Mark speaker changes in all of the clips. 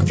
Speaker 1: If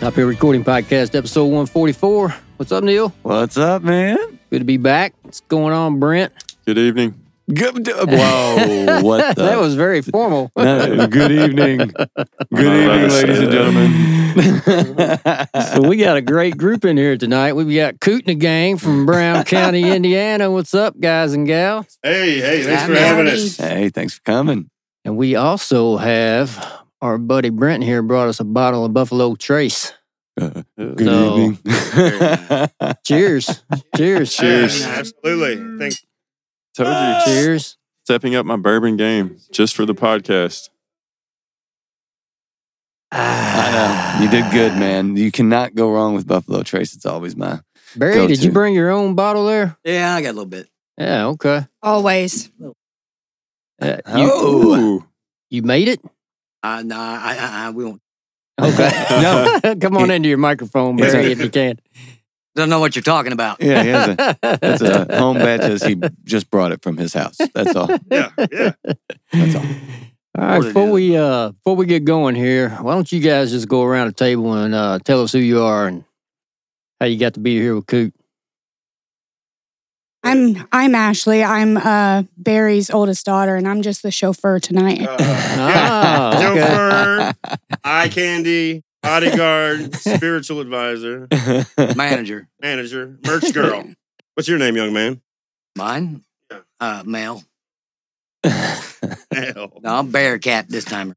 Speaker 1: Top Hill Recording Podcast, episode 144. What's up, Neil?
Speaker 2: What's up, man?
Speaker 1: Good to be back. What's going on, Brent?
Speaker 2: Good evening. Good. Whoa! What the?
Speaker 1: That was very formal.
Speaker 2: No, good evening. Good evening, ladies and gentlemen.
Speaker 1: So we got a great group in here tonight. We've got Coot and the gang from Brown County, Indiana. What's up, guys and gals?
Speaker 3: Hey, hey, thanks for having us.
Speaker 2: hey, thanks for coming.
Speaker 1: And we also have our buddy Brent here brought us a bottle of Buffalo Trace.
Speaker 2: Good
Speaker 1: So-
Speaker 2: evening.
Speaker 1: Cheers. Cheers.
Speaker 3: Cheers. absolutely. Thanks.
Speaker 4: Told you.
Speaker 1: Cheers.
Speaker 4: Stepping up my bourbon game just for the podcast.
Speaker 2: I know you did good, man. You cannot go wrong with Buffalo Trace. It's always my.
Speaker 1: Barry,
Speaker 2: Go
Speaker 1: did you
Speaker 2: to.
Speaker 1: bring your own bottle there?
Speaker 5: Yeah, I got a little bit.
Speaker 1: Yeah, okay.
Speaker 6: Always.
Speaker 1: Uh, you,
Speaker 2: Oh
Speaker 1: you made it?
Speaker 5: Uh, nah, I, I, I, we don't,
Speaker 1: Okay.
Speaker 2: no!
Speaker 1: Come on into your microphone,
Speaker 2: It's
Speaker 1: Barry,
Speaker 2: a-
Speaker 1: if you can.
Speaker 5: don't know what you're talking about.
Speaker 2: Yeah, he has a, that's a home batch as he just brought it from his house. That's all.
Speaker 3: Yeah, yeah.
Speaker 2: That's all.
Speaker 1: All right,
Speaker 5: Ordered
Speaker 1: before
Speaker 5: it.
Speaker 1: we uh before we get going here, why don't you guys just go around the table and uh tell us who you are and how you got to be here with Coot.
Speaker 6: I'm I'm Ashley. I'm uh, Barry's oldest daughter, and I'm just the chauffeur tonight.
Speaker 3: Uh,
Speaker 2: Ah,
Speaker 3: yeah.
Speaker 1: Oh, okay.
Speaker 3: Chauffeur, eye candy, bodyguard, spiritual advisor,
Speaker 5: Manager,
Speaker 3: manager, merch girl. What's your name, young man?
Speaker 5: mine, uh, male.
Speaker 3: Hell.
Speaker 5: No, I'm Bearcat this time.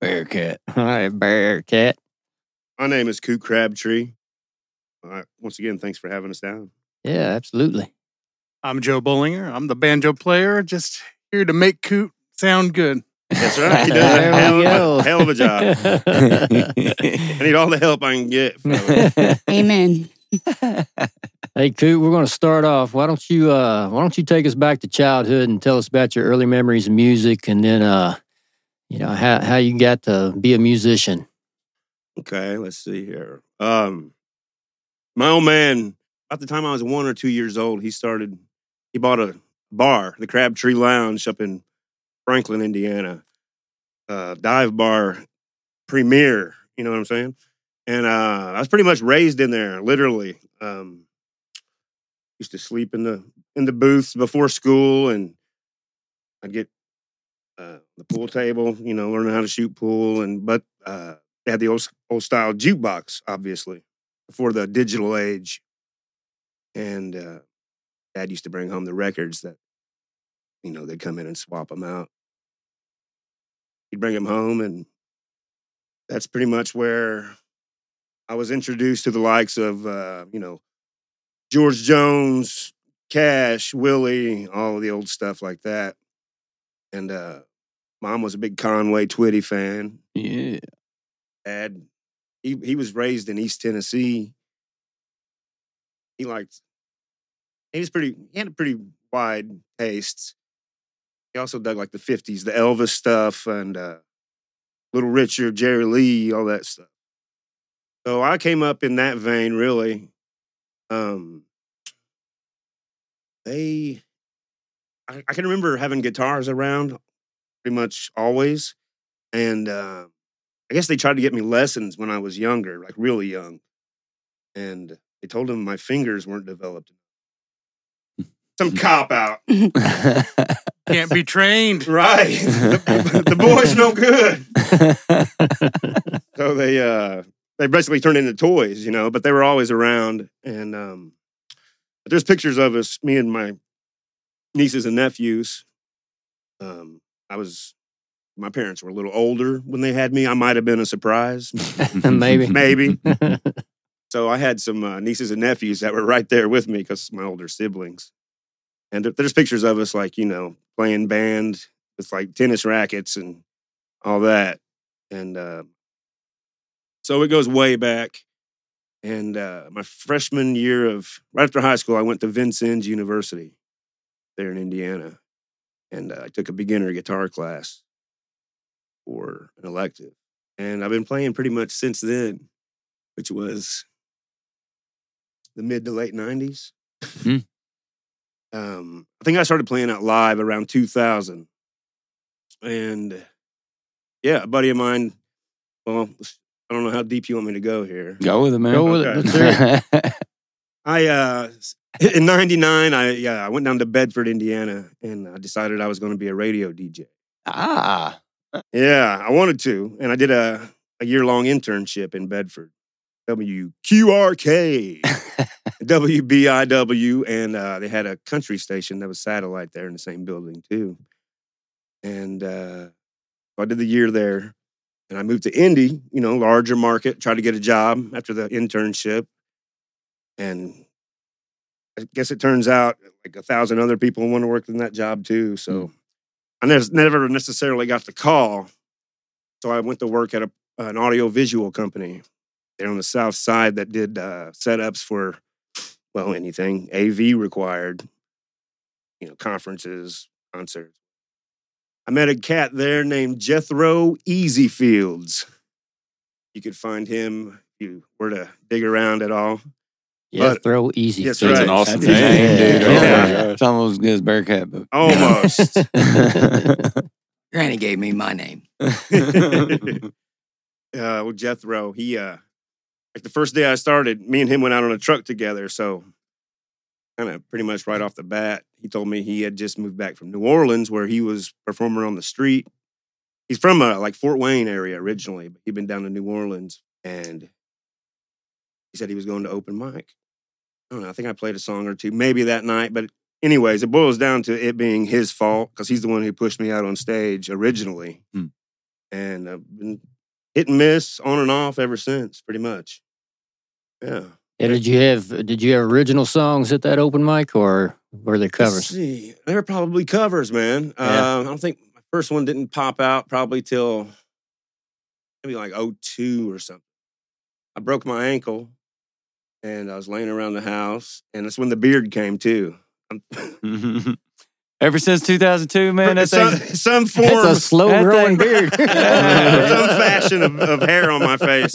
Speaker 2: Bearcat.
Speaker 1: All right, Bear Cat.
Speaker 3: My name is Coot Crabtree. All right. Once again, thanks for having us down.
Speaker 1: Yeah, absolutely.
Speaker 7: I'm Joe Bollinger. I'm the banjo player, just here to make Coot sound good.
Speaker 3: That's right. He does
Speaker 1: There
Speaker 3: a
Speaker 1: we
Speaker 3: hell,
Speaker 1: go.
Speaker 3: of a, hell of a job. I need all the help I can get. fella.
Speaker 6: Amen.
Speaker 1: Hey Coot, we're going to start off. Why don't you uh why don't you take us back to childhood and tell us about your early memories of music and then uh you know how how you got to be a musician.
Speaker 3: Okay, let's see here. Um, my old man, about the time I was one or two years old, he started. He bought a bar, the Crabtree Lounge, up in Franklin, Indiana. Uh, dive bar premier. You know what I'm saying? And uh, I was pretty much raised in there, literally. Um, used to sleep in the in the booths before school, and I'd get uh, the pool table. You know, learning how to shoot pool, and but. Uh, they had the old, old style jukebox, obviously, before the digital age. And uh, dad used to bring home the records that, you know, they'd come in and swap them out. He'd bring them home, and that's pretty much where I was introduced to the likes of, uh, you know, George Jones, Cash, Willie, all of the old stuff like that. And uh, mom was a big Conway Twitty fan
Speaker 2: yeah.
Speaker 3: dad he he was raised in East Tennessee. He liked he was pretty he had a pretty wide tastes. He also dug like the fifties, the Elvis stuff and uh Little Richard, Jerry Lee, all that stuff. So I came up in that vein really. Um they I, I can remember having guitars around pretty much always. And uh I guess they tried to get me lessons when I was younger, like really young. and they told him my fingers weren't developed. Some cop out,
Speaker 7: Can't be trained.
Speaker 3: right? the, the boy's no good. So they uh, they basically turned into toys, you know. But they were always around, and um, but there's pictures of us, me and my nieces and nephews. Um, I was, my parents were a little older when they had me. I might have been a surprise,
Speaker 1: Maybe.
Speaker 3: maybe. So I had some uh, nieces and nephews that were right there with me because my older siblings. And there- there's pictures of us, like, you know, playing band with like tennis rackets and all that. And uh, so it goes way back. And uh, my freshman year of right after high school, I went to Vincennes University there in Indiana. And uh, I took a beginner guitar class for an elective. And I've been playing pretty much since then, which was the mid to late 90s.
Speaker 2: Hmm.
Speaker 3: Um, I think I started playing out live around 2000. And yeah, a buddy of mine, well, I don't know how deep you want me to go here.
Speaker 2: Go with it, man.
Speaker 1: Go with
Speaker 3: Okay.
Speaker 1: it. Let's hear it.
Speaker 3: I uh in 99 I yeah, I went down to Bedford, Indiana and I decided I was going to be a radio DJ.
Speaker 2: ah.
Speaker 3: Yeah, I wanted to and I did a a year-long internship in Bedford. WQRK, WBIW, and uh, they had a country station that was satellite there in the same building too. And uh, I did the year there, and I moved to Indy, you know, larger market, tried to get a job after the internship, and I guess it turns out like a thousand other people want to work in that job too. So I nes- never necessarily got the call, so I went to work at a, an audio visual company there on the south side that did uh, setups for well anything AV required, you know, conferences, concerts. I met a cat there named Jethro Easyfields. You could find him if you were to dig around at all.
Speaker 1: Yeah,
Speaker 3: But-
Speaker 1: throw easy.
Speaker 3: Yes,
Speaker 4: That's
Speaker 3: right.
Speaker 4: an awesome
Speaker 2: That's
Speaker 4: name,
Speaker 2: insane,
Speaker 4: dude.
Speaker 2: dude.
Speaker 4: Oh
Speaker 3: Yeah.
Speaker 4: my gosh.
Speaker 2: It's almost as good as Bearcat, but
Speaker 3: Almost.
Speaker 5: Granny gave me my name.
Speaker 3: uh, well, uh, Jethro, he uh, like the first day I started, me and him went out on a truck together. So, kind of pretty much right off the bat, he told me he had just moved back from New Orleans, where he was performing on the street. He's from uh, like Fort Wayne area originally, but he'd been down to New Orleans, and he said he was going to open mic. I don't know. I think I played a song or two maybe that night, but. Anyways, it boils down to it being his fault because he's the one who pushed me out on stage originally and I've been hit and miss on and off ever since, pretty much. Yeah.
Speaker 1: Yeah, did you have did you have original songs at that open mic or were they
Speaker 3: Let's
Speaker 1: covers?
Speaker 3: see, they were probably covers, man.
Speaker 1: Yeah.
Speaker 3: Uh, I don't think my first one didn't pop out probably till maybe like 02 or something. I broke my ankle and I was laying around the house, and that's when the beard came too. I'm-
Speaker 2: Ever since 2002, man, that
Speaker 3: some,
Speaker 2: thing.
Speaker 3: some form,
Speaker 1: It's a
Speaker 3: some
Speaker 1: slow
Speaker 2: that
Speaker 1: growing
Speaker 2: thing-
Speaker 1: beard.
Speaker 3: fashion of, of hair on my face.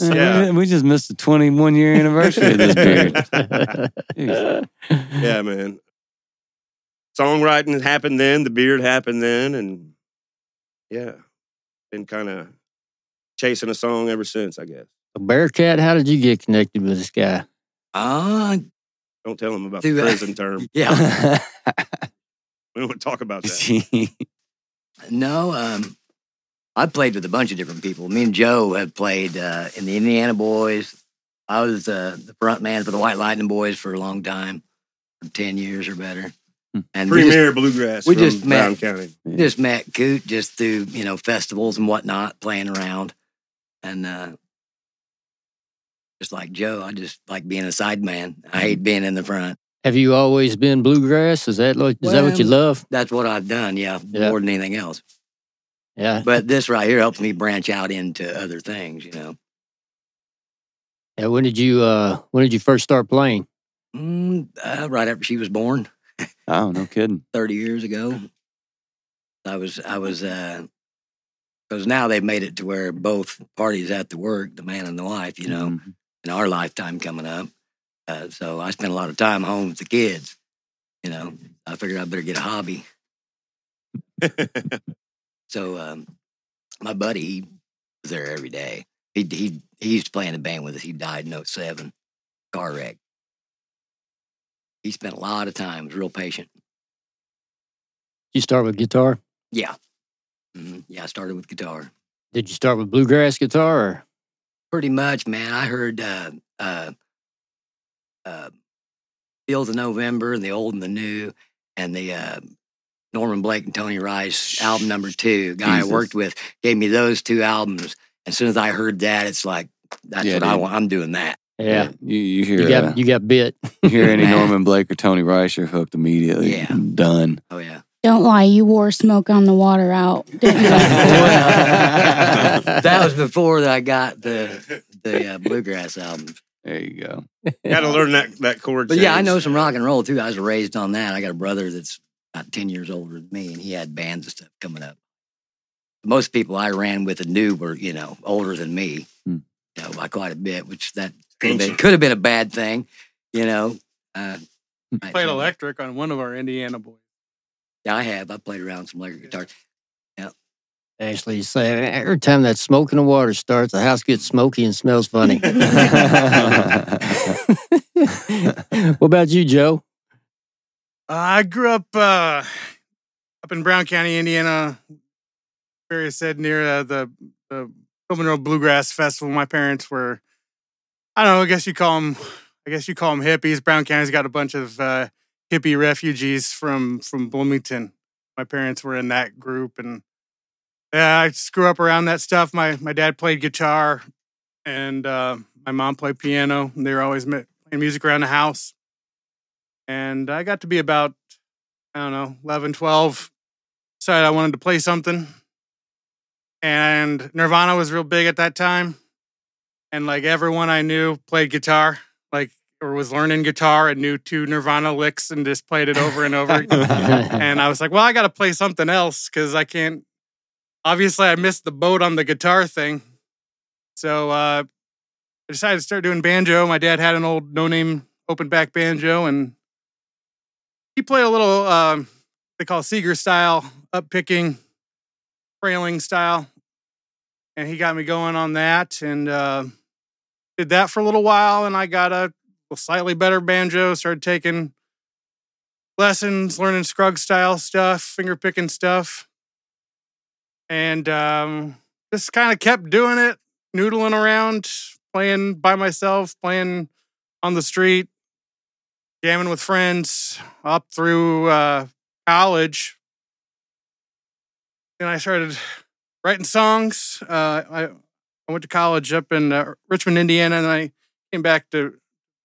Speaker 3: Yeah.
Speaker 2: We just missed the 21 year anniversary of this beard. Jeez.
Speaker 3: yeah, man. Songwriting happened then, the beard happened then, and yeah, been kind of chasing a song ever since, I guess.
Speaker 1: Bearcat, how did you get connected with this guy?
Speaker 5: Ah,
Speaker 3: Don't tell him about
Speaker 5: Dude,
Speaker 3: the
Speaker 5: I-
Speaker 3: prison term.
Speaker 5: yeah.
Speaker 3: We don't talk about that.
Speaker 2: Jeez.
Speaker 5: No, um, I played with a bunch of different people. Me and Joe have played uh, in the Indiana Boys. I was uh, the front man for the White Lightning Boys for a long time, for 10 years or better.
Speaker 2: Hmm.
Speaker 5: And we just-
Speaker 3: Premier bluegrass.
Speaker 5: we
Speaker 3: from
Speaker 5: just met-
Speaker 3: Brown County.
Speaker 5: just met Coot just through you know festivals and whatnot, playing around, and uh, just like Joe, I just like being a side man. I hate being in the front.
Speaker 1: Have you always been bluegrass? Is that like, is that what you
Speaker 5: Well-
Speaker 1: love?
Speaker 5: That's what I've done, yeah,
Speaker 1: Yeah.
Speaker 5: more than anything else.
Speaker 1: Yeah.
Speaker 5: But this right here helps me branch out into other things, you know.
Speaker 1: yeah. When did you uh when did you first start playing?
Speaker 5: Mm, uh, right after she was born,
Speaker 2: Oh, no kidding.
Speaker 5: thirty years ago, I was I was because now they've made it to where both parties have to work, the man and the wife, you know.
Speaker 2: Mhm.
Speaker 5: in our lifetime coming up. Uh, so I spent a lot of time home with the kids. You know, I figured I better get a hobby. so um, my buddy, he was there every day. He he he's playing a band with us. He died in 07. car wreck. He spent a lot of time, was real patient.
Speaker 1: You start with guitar.
Speaker 5: Yeah. hmm Yeah, I started with guitar.
Speaker 1: Did you start with bluegrass guitar? Or?
Speaker 5: Pretty much, man. I heard uh, uh, uh, Fields of November and the old and the new and the uh, Norman Blake and Tony Rice album number two. Guy
Speaker 4: Jesus.
Speaker 5: I worked with gave me those two albums. As soon as I heard that, it's like, that's
Speaker 2: Yeah,
Speaker 5: what I
Speaker 2: dude.
Speaker 5: want. I'm doing that.
Speaker 1: Yeah,
Speaker 2: You, you hear
Speaker 1: you
Speaker 2: uh,
Speaker 1: got you got bit.
Speaker 2: you hear any
Speaker 5: Nah.
Speaker 2: Norman Blake or Tony Rice, you're hooked immediately.
Speaker 5: Yeah.
Speaker 2: Done.
Speaker 5: Oh, yeah.
Speaker 6: Don't lie, you wore smoke on the water out. Didn't
Speaker 5: Well, that was before that I got the the uh, bluegrass album.
Speaker 2: There you go.
Speaker 3: Got to learn that that chord.
Speaker 5: But yeah, I
Speaker 3: change.
Speaker 5: know some rock and roll too. I was raised on that. I got a brother that's about ten years older than me, and he had bands and stuff coming up. Most people I ran with and knew were you know older than me,
Speaker 2: Hmm.
Speaker 5: you know, by quite a bit, which that could have been, could have been a bad thing, you know. Uh,
Speaker 1: Hmm.
Speaker 5: I-
Speaker 7: Played electric on one of our Indiana boys.
Speaker 5: Yeah, I have. I played around with some electric guitar.
Speaker 1: Ashley saying uh, every time that smoke in the water starts, the house gets smoky and smells funny. what about you, Joe?
Speaker 7: I grew up uh, up in Brown County, Indiana. Barry said near uh, the the Coleman Road Bluegrass Festival. My parents were, I don't know. I guess you call them. I guess you call them hippies. Brown County's got a bunch of uh, hippie refugees from from Bloomington. My parents were in that group, and yeah, I just grew up around that stuff. My my dad played guitar, and uh, my mom played piano. And they were always mi- playing music around the house and I got to be about, I don't know, 11, 12. Decided I wanted to play something. And Nirvana was real big at that time. And like everyone I knew played guitar, like, or was learning guitar and knew two Nirvana licks and just played it over and over. and I was like, well, I got to play something else because I can't. Obviously, I missed the boat on the guitar thing. So uh, I decided to start doing banjo. My dad had an old no name open back banjo, and he played a little, um, they call Seeger style, up picking, frailing style. And he got me going on that and uh, did that for a little while. And I got a slightly better banjo, started taking lessons, learning Scrug style stuff, finger picking stuff, and um, just kind of kept doing it, noodling around, playing by myself, playing on the street, jamming with friends up through uh, college. Then I started writing songs. Uh, I, I went to college up in uh, Richmond, Indiana, and I came back to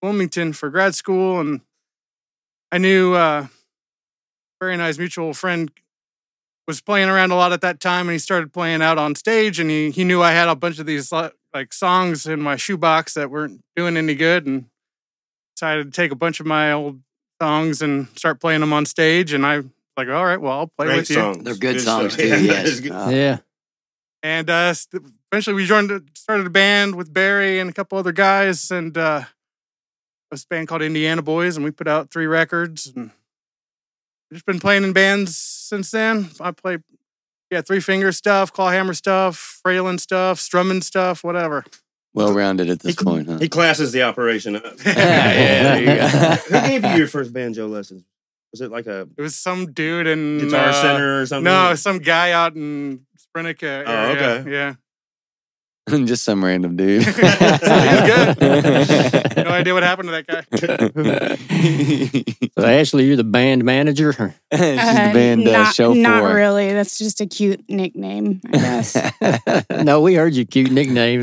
Speaker 7: Wilmington for grad school and I knew uh, very nice mutual friend was playing around a lot at that time, and he started playing out on stage, and he he knew I had a bunch of these li- like songs in my shoebox that weren't doing any good, and decided to take a bunch of my old songs and start playing them on stage, and I. Like, all right, well, I'll play
Speaker 3: Great
Speaker 7: with you.
Speaker 3: songs.
Speaker 5: They're good
Speaker 3: stuff.
Speaker 5: songs, too, yes. Uh,
Speaker 3: it's good.
Speaker 1: yeah,
Speaker 7: And uh, st- eventually we joined, started a band with Barry and a couple other guys, and uh, this band called Indiana Boys, and we put out three records. And just been playing in bands since then. I play, yeah, three finger stuff, claw hammer stuff, frailing stuff, strumming stuff, whatever.
Speaker 2: Well rounded at this
Speaker 3: He-
Speaker 2: point, huh?
Speaker 3: He classes the operation up.
Speaker 2: yeah, yeah,
Speaker 3: Who
Speaker 2: there you
Speaker 3: gave
Speaker 2: go.
Speaker 3: you your first banjo lessons? Was it like a
Speaker 7: It was some dude in
Speaker 3: guitar
Speaker 7: uh,
Speaker 3: center or something?
Speaker 7: No, some guy out in Sprinica.
Speaker 3: Oh,
Speaker 7: area.
Speaker 3: okay.
Speaker 7: Yeah,
Speaker 2: Just some random dude.
Speaker 7: He's good. no idea what happened to that guy.
Speaker 1: so Ashley, you're the band manager.
Speaker 6: you?
Speaker 2: She's the band uh,
Speaker 6: not,
Speaker 2: show
Speaker 6: not
Speaker 2: for.
Speaker 6: really. That's just a cute nickname, I guess.
Speaker 1: no, we heard your cute nickname.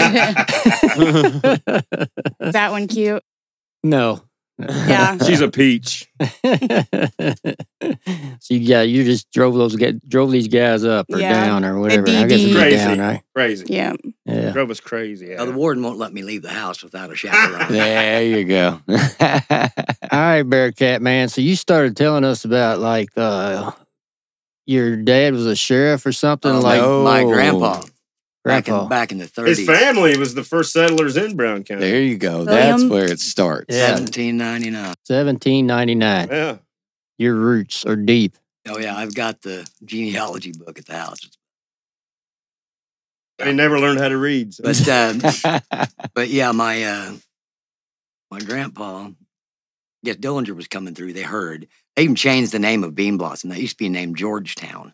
Speaker 1: I-
Speaker 6: Is that one cute?
Speaker 1: no.
Speaker 6: Yeah.
Speaker 3: She's a peach.
Speaker 1: so you yeah, you just drove those get drove these guys up or
Speaker 6: Yeah.
Speaker 1: down or whatever. I guess
Speaker 6: DD.
Speaker 1: it's
Speaker 3: Crazy.
Speaker 1: down, right?
Speaker 3: Crazy.
Speaker 6: Yeah.
Speaker 1: Yeah.
Speaker 3: Drove us crazy.
Speaker 5: Now, the
Speaker 3: Adam.
Speaker 5: warden won't let me leave the house without a chaperone.
Speaker 2: There you go.
Speaker 1: All right, Bearcat man. So you started telling us about like uh your dad was a sheriff or something
Speaker 5: Um,
Speaker 1: like
Speaker 2: no.
Speaker 5: my
Speaker 2: Oh.
Speaker 5: grandpa, back in
Speaker 1: grandpa.
Speaker 5: back in the 30s,
Speaker 3: His family was the first settlers in Brown County.
Speaker 2: there you go. That's
Speaker 6: William?
Speaker 2: where it starts.
Speaker 1: Yeah.
Speaker 5: 1799.
Speaker 1: 1799.
Speaker 3: Yeah.
Speaker 1: Your roots are deep.
Speaker 5: Oh yeah, I've got the genealogy book at the house.
Speaker 3: They never learned how to read. so-
Speaker 5: But uh, but yeah, um, my uh, my grandpa, yes, Dillinger was coming through. They heard. They even changed the name of Bean Blossom. That used to be named Georgetown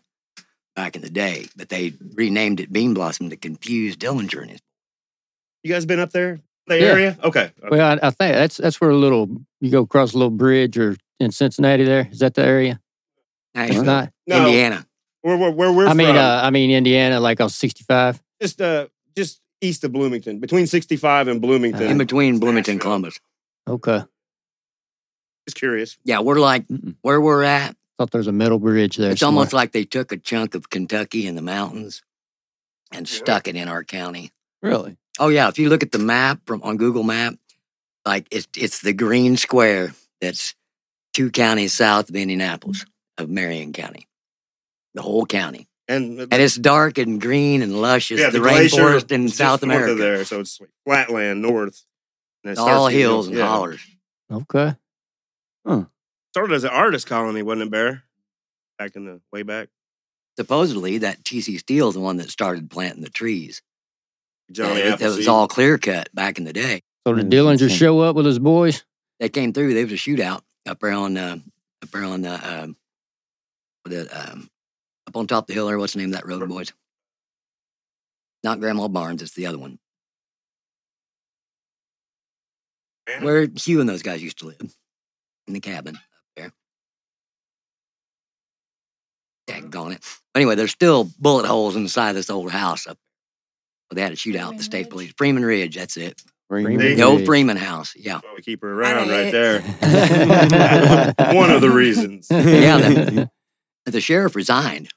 Speaker 5: back in the day, but they renamed it Bean Blossom to confuse Dillinger and his.
Speaker 3: You guys been up there? The
Speaker 1: Yeah.
Speaker 3: area? Okay.
Speaker 1: Well, I, I think that's that's where a little you go across a little bridge or in Cincinnati. There is that the area? It's
Speaker 5: Nashville,
Speaker 1: not.
Speaker 3: no,
Speaker 5: Indiana.
Speaker 3: Where, where, where we're
Speaker 1: I mean,
Speaker 3: from,
Speaker 1: uh, I mean Indiana, like on sixty five.
Speaker 3: just uh, just east of Bloomington, between 65 and Bloomington.
Speaker 5: in between Bloomington,
Speaker 3: Nashville.
Speaker 5: Columbus.
Speaker 1: Okay,
Speaker 3: just curious.
Speaker 5: Yeah, we're like where we're at.
Speaker 1: thought there was a metal bridge there.
Speaker 5: It's almost like they took a chunk of Kentucky in the mountains and stuck it in our county.
Speaker 8: Really?
Speaker 5: Oh yeah, if you look at the map from on Google Map, like it's it's the green square that's two counties south of Indianapolis of Marion County, the whole county,
Speaker 3: And,
Speaker 5: and it's dark and green and lush as the,
Speaker 3: glacier
Speaker 5: rainforest in
Speaker 3: is just
Speaker 5: South
Speaker 3: north of
Speaker 5: America.
Speaker 3: there, so it's like flatland north. And it
Speaker 5: It's
Speaker 3: starts
Speaker 5: all
Speaker 3: getting-
Speaker 5: hills and
Speaker 3: yeah.
Speaker 5: hollers.
Speaker 1: okay.
Speaker 3: Started as an artist colony, wasn't it, Bear? Back in the way back,
Speaker 5: Supposedly, that TC Steele's the one that started planting the trees.
Speaker 3: Johnny
Speaker 5: it, it was
Speaker 3: Appleseed.
Speaker 5: all clear cut back in the day.
Speaker 1: So did
Speaker 8: Yeah,
Speaker 1: Dillinger
Speaker 8: that's
Speaker 1: show up with his boys?
Speaker 5: they came through. There was a shootout up there on uh, up there on uh, um, the um, up on top of the hill there. What's the name of that road, boys? Not Grandma Barnes. It's the other one where Hugh and those guys used to live in the cabin up there. Daggone it! Anyway, there's still bullet holes in the side of this old house up. Well, they had a shootout. at The state
Speaker 6: Freeman
Speaker 5: police,
Speaker 6: Ridge?
Speaker 5: Freeman Ridge. That's it.
Speaker 1: Freeman
Speaker 5: The old
Speaker 1: Ridge.
Speaker 5: Freeman house. Yeah.
Speaker 3: That's why we keep her around
Speaker 6: I
Speaker 3: right
Speaker 6: hate
Speaker 3: there. One of the reasons.
Speaker 5: Yeah, that- The sheriff resigned.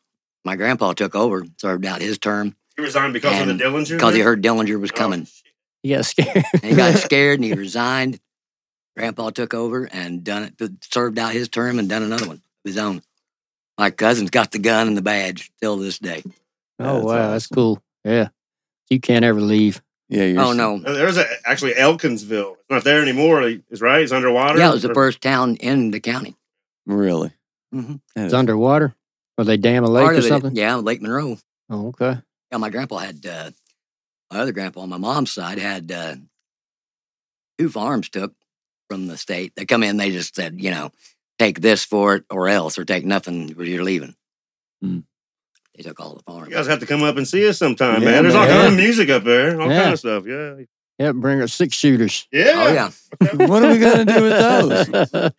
Speaker 5: My grandpa took over, served out his term.
Speaker 3: He resigned because of
Speaker 5: And
Speaker 3: the Dillinger.
Speaker 5: because he heard Dillinger was
Speaker 3: Oh,
Speaker 5: coming.
Speaker 3: shit.
Speaker 1: He got scared.
Speaker 5: And he got scared and he resigned. Grandpa took over and done it, served out his term and done another one of his own. My cousin's got the gun and the badge till this day.
Speaker 1: oh
Speaker 4: That's
Speaker 1: wow, that's cool. Yeah, you can't ever leave.
Speaker 4: Yeah, you're
Speaker 5: Oh no,
Speaker 3: Uh, There's a, actually Elkinsville. It's not there anymore. Is right. It's underwater.
Speaker 5: yeah, it was the
Speaker 3: Or-
Speaker 5: first town in the county.
Speaker 4: really.
Speaker 5: Mhm.
Speaker 4: That is-
Speaker 1: It's underwater. Or they dam a lake
Speaker 5: Part
Speaker 1: or
Speaker 5: of it-
Speaker 1: something?
Speaker 5: yeah, Lake Monroe.
Speaker 1: Oh, okay.
Speaker 5: Yeah, my grandpa had uh, my other grandpa on my mom's side had uh, two farms took from the state. They come in, they just said, you know, take this for it or else, or take nothing, or you're leaving.
Speaker 4: Mm.
Speaker 5: They took all the farms.
Speaker 3: You guys have to come up and see us sometime,
Speaker 4: Yeah,
Speaker 3: man. There's all
Speaker 1: man.
Speaker 3: kind of music up there, all
Speaker 1: Yeah.
Speaker 3: kind of stuff. Yeah,
Speaker 1: Yeah, bring her six shooters.
Speaker 3: yeah.
Speaker 5: Oh yeah,
Speaker 4: what are we gonna do with those?
Speaker 3: Take
Speaker 4: Uh,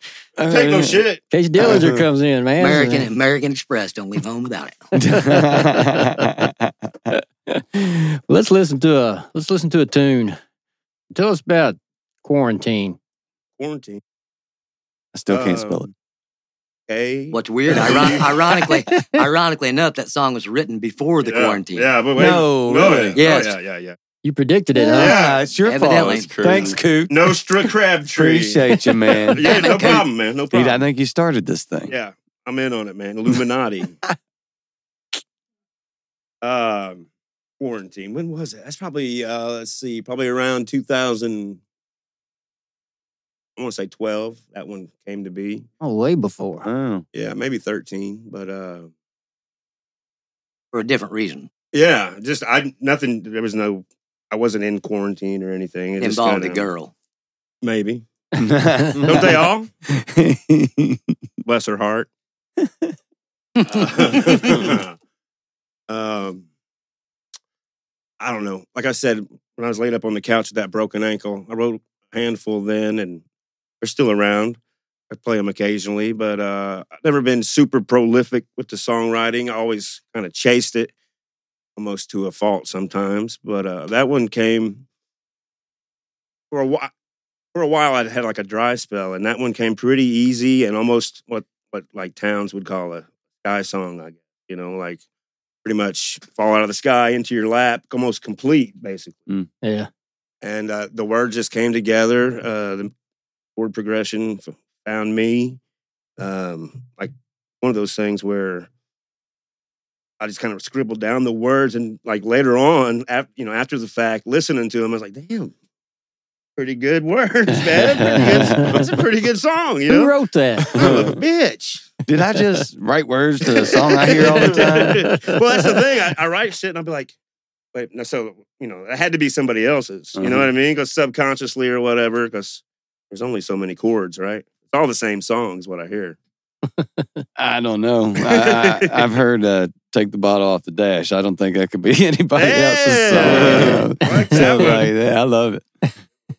Speaker 3: no
Speaker 2: Uh,
Speaker 3: shit.
Speaker 1: Case Dillinger comes in, man.
Speaker 5: American American Express. Don't leave home without it.
Speaker 1: let's listen to a let's listen to a tune. Tell us about quarantine.
Speaker 3: Quarantine.
Speaker 4: I still
Speaker 3: Um,
Speaker 4: can't spell it.
Speaker 3: Hey.
Speaker 5: What's weird, iron, ironically, ironically enough, that song was written before the
Speaker 3: yeah,
Speaker 5: quarantine.
Speaker 3: Yeah, but wait.
Speaker 4: No,
Speaker 3: no
Speaker 4: really?
Speaker 3: yeah.
Speaker 5: Yes.
Speaker 3: Oh, yeah, yeah, yeah.
Speaker 1: You predicted it, huh?
Speaker 4: Yeah, it's your
Speaker 5: Evidently.
Speaker 4: fault. Thanks, Coop.
Speaker 3: Nostra Crabtree.
Speaker 4: Appreciate you, man.
Speaker 3: Yeah, no
Speaker 5: Batman Coop.
Speaker 3: problem, man. No
Speaker 4: Dude, I
Speaker 3: problem.
Speaker 4: think you started this thing.
Speaker 3: Yeah, I'm in on it, man. Illuminati. um, quarantine. When was it? That's probably uh, let's see, probably around 2000. I want to say 12. That one came to be.
Speaker 1: Oh, way before.
Speaker 4: Oh,
Speaker 3: Yeah, maybe 13. But uh,
Speaker 5: For a different reason.
Speaker 3: yeah, just I nothing. There was no. I wasn't in quarantine or anything. It
Speaker 5: It
Speaker 3: just
Speaker 5: involved a
Speaker 3: kinda-
Speaker 5: girl.
Speaker 3: Maybe. Don't
Speaker 4: don't
Speaker 3: they all?
Speaker 4: they?
Speaker 3: Bless her heart. Uh, um, I don't know. Like I said, when I was laid up on the couch with that broken ankle, I wrote a handful then, and they're still around. I play them occasionally, but uh, I've never been super prolific with the songwriting. I always kind of chased it, almost to a fault sometimes. But uh, that one came for a while. For a while, I'd had like a dry spell, and that one came pretty easy and almost what what like towns would call a sky song, I guess. You know, like pretty much fall out of the sky into your lap, almost complete, basically.
Speaker 1: Yeah.
Speaker 3: And uh, the words just came together. Uh, the chord progression f- found me. Um, like one of those things where I just kind of scribbled down the words, and like later on, af- you know, after the fact, listening to them, I was like, "Damn, pretty good words, man. Pretty good, that's a pretty good song." You
Speaker 1: Who
Speaker 3: know,
Speaker 1: wrote that?
Speaker 3: I'm a bitch.
Speaker 4: Did I just write words to the song I hear all the time?
Speaker 3: well, that's the thing. I, I write shit and I'll be like, wait, no, so, you know, it had to be somebody else's. You know
Speaker 4: Mhm.
Speaker 3: what I mean? Because subconsciously or whatever, because There's only so many chords, right? It's all the same songs, what I hear.
Speaker 2: I don't know. I, I, I've heard uh, "Take the Bottle Off the Dash." I don't think that could be anybody else's song.
Speaker 3: Yeah. I like that
Speaker 2: Something
Speaker 3: one.
Speaker 2: like that. I love it.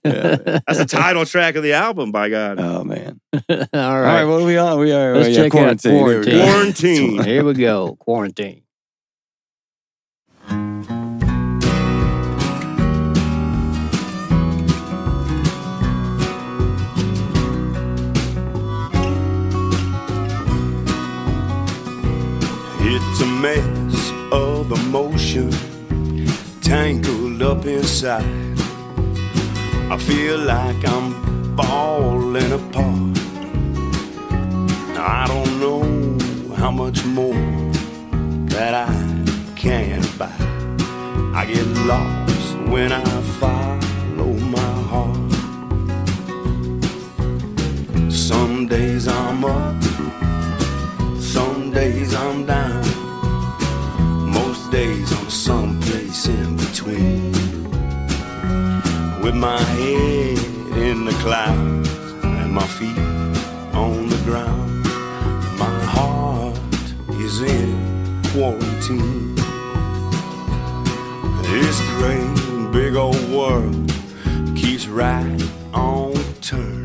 Speaker 2: Yeah.
Speaker 3: That's the title track of the album, by God.
Speaker 2: Oh man!
Speaker 1: All right.
Speaker 2: All right, what are we on? We are uh,
Speaker 1: Let's
Speaker 2: yeah,
Speaker 1: check out
Speaker 2: quarantine. There we
Speaker 1: Quarantine.
Speaker 2: go.
Speaker 3: Quarantine.
Speaker 1: Here we go. Quarantine.
Speaker 9: It's a mess of emotion tangled up inside. I feel like I'm falling apart. I don't know how much more that I can buy. I get lost when I follow my heart. Some days I'm up. Some days I'm down. Most days I'm someplace in between. With my head in the clouds and my feet on the ground. My heart is in quarantine. This great big old world keeps right on turning.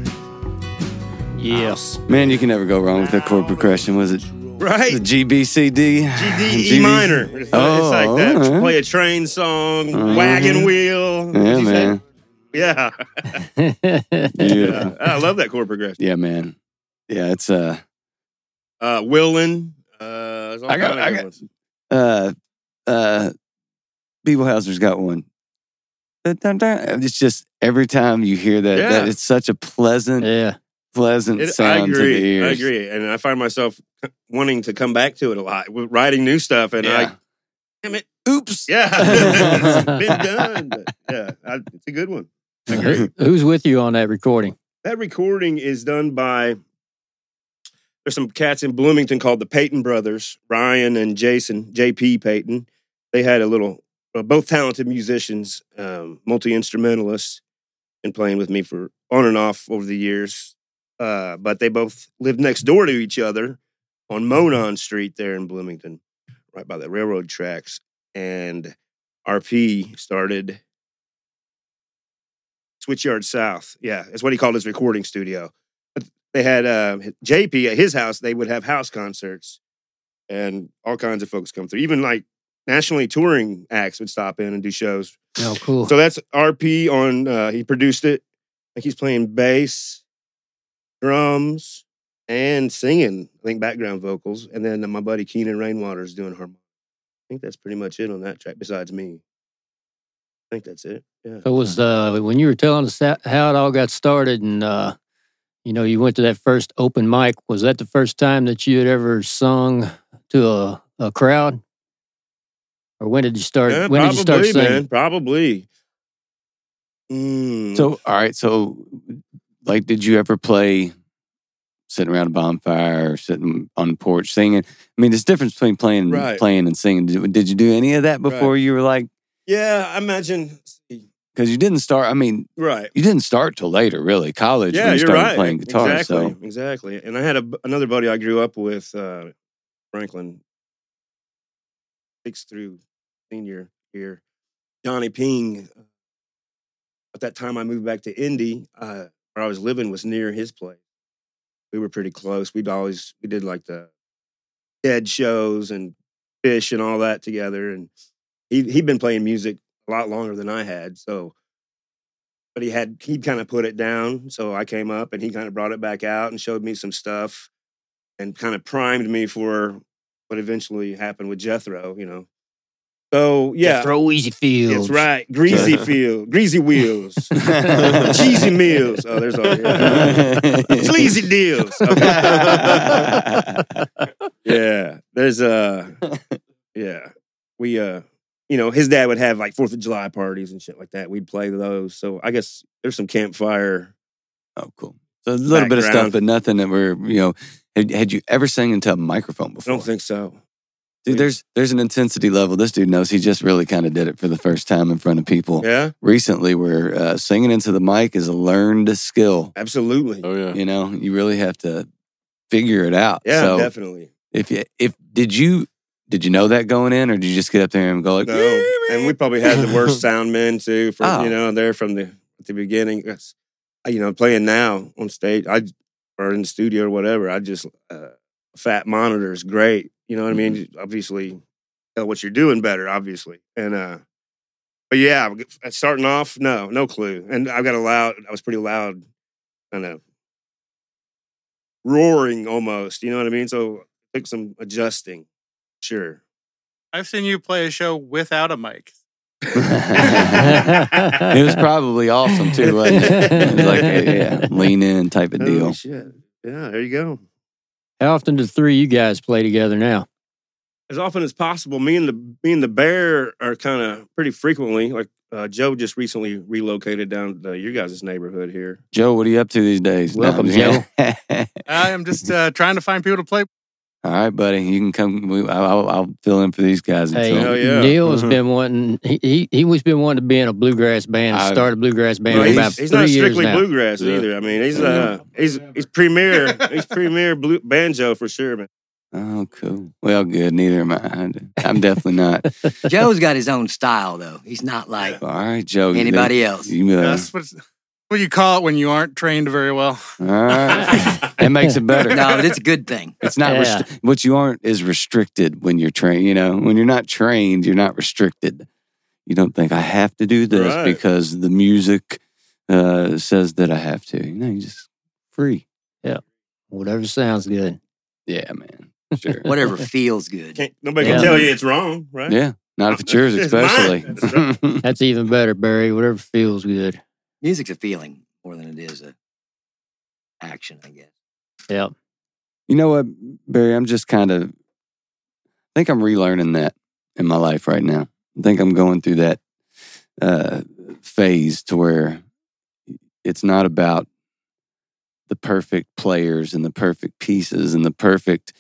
Speaker 1: Yeah.
Speaker 2: Man, you can never go wrong with that chord progression. Was it
Speaker 3: Right?
Speaker 2: the GBCD?
Speaker 3: GD, E minor. It's,
Speaker 2: Oh,
Speaker 3: it's like that.
Speaker 2: alright.
Speaker 3: Play a train song, wagon wheel. What'd
Speaker 2: Yeah,
Speaker 3: you say?
Speaker 2: man.
Speaker 3: Yeah.
Speaker 2: Beautiful.
Speaker 3: I love that chord progression.
Speaker 2: Yeah, man. Yeah, it's uh,
Speaker 3: Uh, Willin. Uh, there's all
Speaker 2: I got-
Speaker 3: kinda
Speaker 2: I
Speaker 3: good
Speaker 2: got-
Speaker 3: ones.
Speaker 2: uh, uh, Beeblehauser's got one. Dun-dun-dun. It's just every time you hear that,
Speaker 3: Yeah.
Speaker 2: that it's such a pleasant,
Speaker 1: yeah.
Speaker 2: pleasant
Speaker 3: It- I
Speaker 2: sound to the
Speaker 3: agree.
Speaker 2: ears.
Speaker 3: I agree. And I find myself wanting to come back to it a lot, with writing new stuff. And
Speaker 2: Yeah.
Speaker 3: I, damn it.
Speaker 2: Oops.
Speaker 3: Yeah. it's been done. But yeah. I, it's a good one.
Speaker 1: Who- Who's with you on that recording?
Speaker 3: That recording is done by there's some cats in Bloomington called the Peyton brothers, Ryan and Jason, JP Peyton. They had a little well, both talented musicians, um, multi-instrumentalists, and playing with me for on and off over the years. Uh, but they both lived next door to each other on Monon Street there in Bloomington, right by the railroad tracks. And RP started Switchyard South. Yeah, it's what he called his recording studio. But they had uh, JP at his house. They would have house concerts, and all kinds of folks come through. Even like nationally touring acts would stop in and do shows.
Speaker 1: Oh, cool.
Speaker 3: So that's RP on. Uh, he produced it. I think he's playing bass, drums, and singing. I think background vocals, and then uh, my buddy Keenan Rainwater is doing harmonica. I think that's pretty much it on that track. Besides me, I think that's it. Yeah.
Speaker 1: It was uh, when you were telling us that, how it all got started, and uh, you know, you went to that first open mic. Was that the first time that you had ever sung to a, a crowd, or when did you start?
Speaker 3: Yeah,
Speaker 1: when did you start singing?
Speaker 3: Probably. Mm,
Speaker 2: So, all right. So, like, did you ever play sitting around a bonfire or sitting on the porch singing? I mean, there's a difference between playing,
Speaker 3: Right.
Speaker 2: playing and singing. Did, did you do any of that before you were like?
Speaker 3: yeah, I imagine.
Speaker 2: Because you didn't start. I mean,
Speaker 3: Right.
Speaker 2: you didn't start till later, really. College
Speaker 3: yeah,
Speaker 2: when you
Speaker 3: you're
Speaker 2: started
Speaker 3: right.
Speaker 2: playing guitar.
Speaker 3: Exactly.
Speaker 2: So,
Speaker 3: Exactly. And I had a, another buddy I grew up with, uh, Franklin, sixth through senior year, Johnny Ping. uh, At that time, I moved back to Indy, uh, where I was living was near his place. We were pretty close. We'd always we did like the dead shows and fish and all that together. And he he'd been playing music a lot longer than I had, so but he had he kind of put it down. So I came up and he kind of brought it back out and showed me some stuff and kind of primed me for what eventually happened with Jethro, you know. So yeah,
Speaker 1: throw easy fields.
Speaker 3: that's right. Greasy field, greasy wheels, cheesy meals. Oh, there's all yeah. sleazy deals. Okay. yeah, there's uh, yeah, we uh, you know, his dad would have like Fourth of July parties and shit like that. We'd play those. So I guess there's some campfire.
Speaker 2: oh, cool. So a little bit of stuff,
Speaker 3: Background.
Speaker 2: but nothing that we're you know. Had, had you ever sang into a microphone
Speaker 3: I
Speaker 2: before?
Speaker 3: don't think so.
Speaker 2: Dude, there's there's an intensity level. This dude knows he just really kind of did it for the first time in front of people
Speaker 3: Yeah,
Speaker 2: recently. Where uh, singing into the mic is a learned skill.
Speaker 3: absolutely.
Speaker 4: Oh yeah.
Speaker 2: You know, you really have to figure it out.
Speaker 3: Yeah,
Speaker 2: so
Speaker 3: definitely.
Speaker 2: if you if did you did you know that going in, or did you just get up there and go like,
Speaker 3: No, and we probably had the worst sound men too. From
Speaker 2: Oh.
Speaker 3: you know, there from the at the beginning. That's- I- You know, playing now on stage, I or in the studio or whatever. I just uh, fat monitor is great. You know what I mean?
Speaker 2: Mm-hmm.
Speaker 3: Obviously, tell what you're doing better. Obviously, and uh, but yeah, uh, starting off, no, no clue. And I got a loud. I was pretty loud. I know. Roaring almost, you know what I mean? So took some adjusting, sure.
Speaker 7: I've seen you play a show without a mic.
Speaker 2: it was probably awesome too, wasn't it? It was like, yeah, lean in type of
Speaker 3: Holy
Speaker 2: deal.
Speaker 3: shit. Yeah, there you go.
Speaker 1: How often do the three of you guys play together now?
Speaker 3: as often as possible. Me and the me and the bear are kind of pretty frequently. Like uh, Joe just recently relocated down to your guys' neighborhood here.
Speaker 2: Joe, what are you up to these days? No,
Speaker 1: Welcome,
Speaker 2: I'm just kidding.
Speaker 7: I am just uh, trying to find people to play.
Speaker 2: All right, buddy, you can come. We, I- I'll, I'll fill in for these guys.
Speaker 1: Hey,
Speaker 2: until-
Speaker 3: Hell yeah.
Speaker 1: Neil has
Speaker 3: Mhm.
Speaker 1: been wanting. He, he he always been wanting to be in a bluegrass band.
Speaker 2: I-
Speaker 1: start a bluegrass band
Speaker 3: Well,
Speaker 1: for
Speaker 3: he's,
Speaker 1: about
Speaker 3: he's
Speaker 1: three
Speaker 3: not
Speaker 1: years
Speaker 3: strictly
Speaker 1: now.
Speaker 3: bluegrass
Speaker 4: Yeah.
Speaker 3: either. I mean, he's uh, he's he's premier he's premier blue, banjo for sure, man.
Speaker 2: Oh, cool. Well, good. Neither am I. I'm definitely not.
Speaker 5: Joe's got his own style though. He's not like
Speaker 2: All right, Joe. you-
Speaker 5: anybody else.
Speaker 2: You, uh,
Speaker 7: That's what, what you call it when you aren't trained very well.
Speaker 2: all right. It makes it better.
Speaker 5: No, but it's a good thing.
Speaker 2: It's not
Speaker 1: Yeah.
Speaker 2: restri- what you aren't is restricted when you're trained. You know, when you're not trained, you're not restricted. You don't think I have to do this
Speaker 3: Right.
Speaker 2: because the music uh, says that I have to. You know, you just free.
Speaker 1: Whatever sounds good.
Speaker 2: Yeah, man. Sure.
Speaker 5: Whatever feels good.
Speaker 3: Can't, nobody
Speaker 1: Yeah.
Speaker 3: can tell you it's wrong, right?
Speaker 2: Yeah. Not if it's yours,
Speaker 3: It's mine.
Speaker 2: especially.
Speaker 3: That's right.
Speaker 1: That's even better, Barry. Whatever feels good.
Speaker 5: Music's a feeling more than it is a action, I guess.
Speaker 1: Yep.
Speaker 2: you know what, Barry? I'm just kind of. I think I'm relearning that in my life right now. I think I'm going through that uh, phase to where it's not about the perfect players and the perfect pieces and the perfect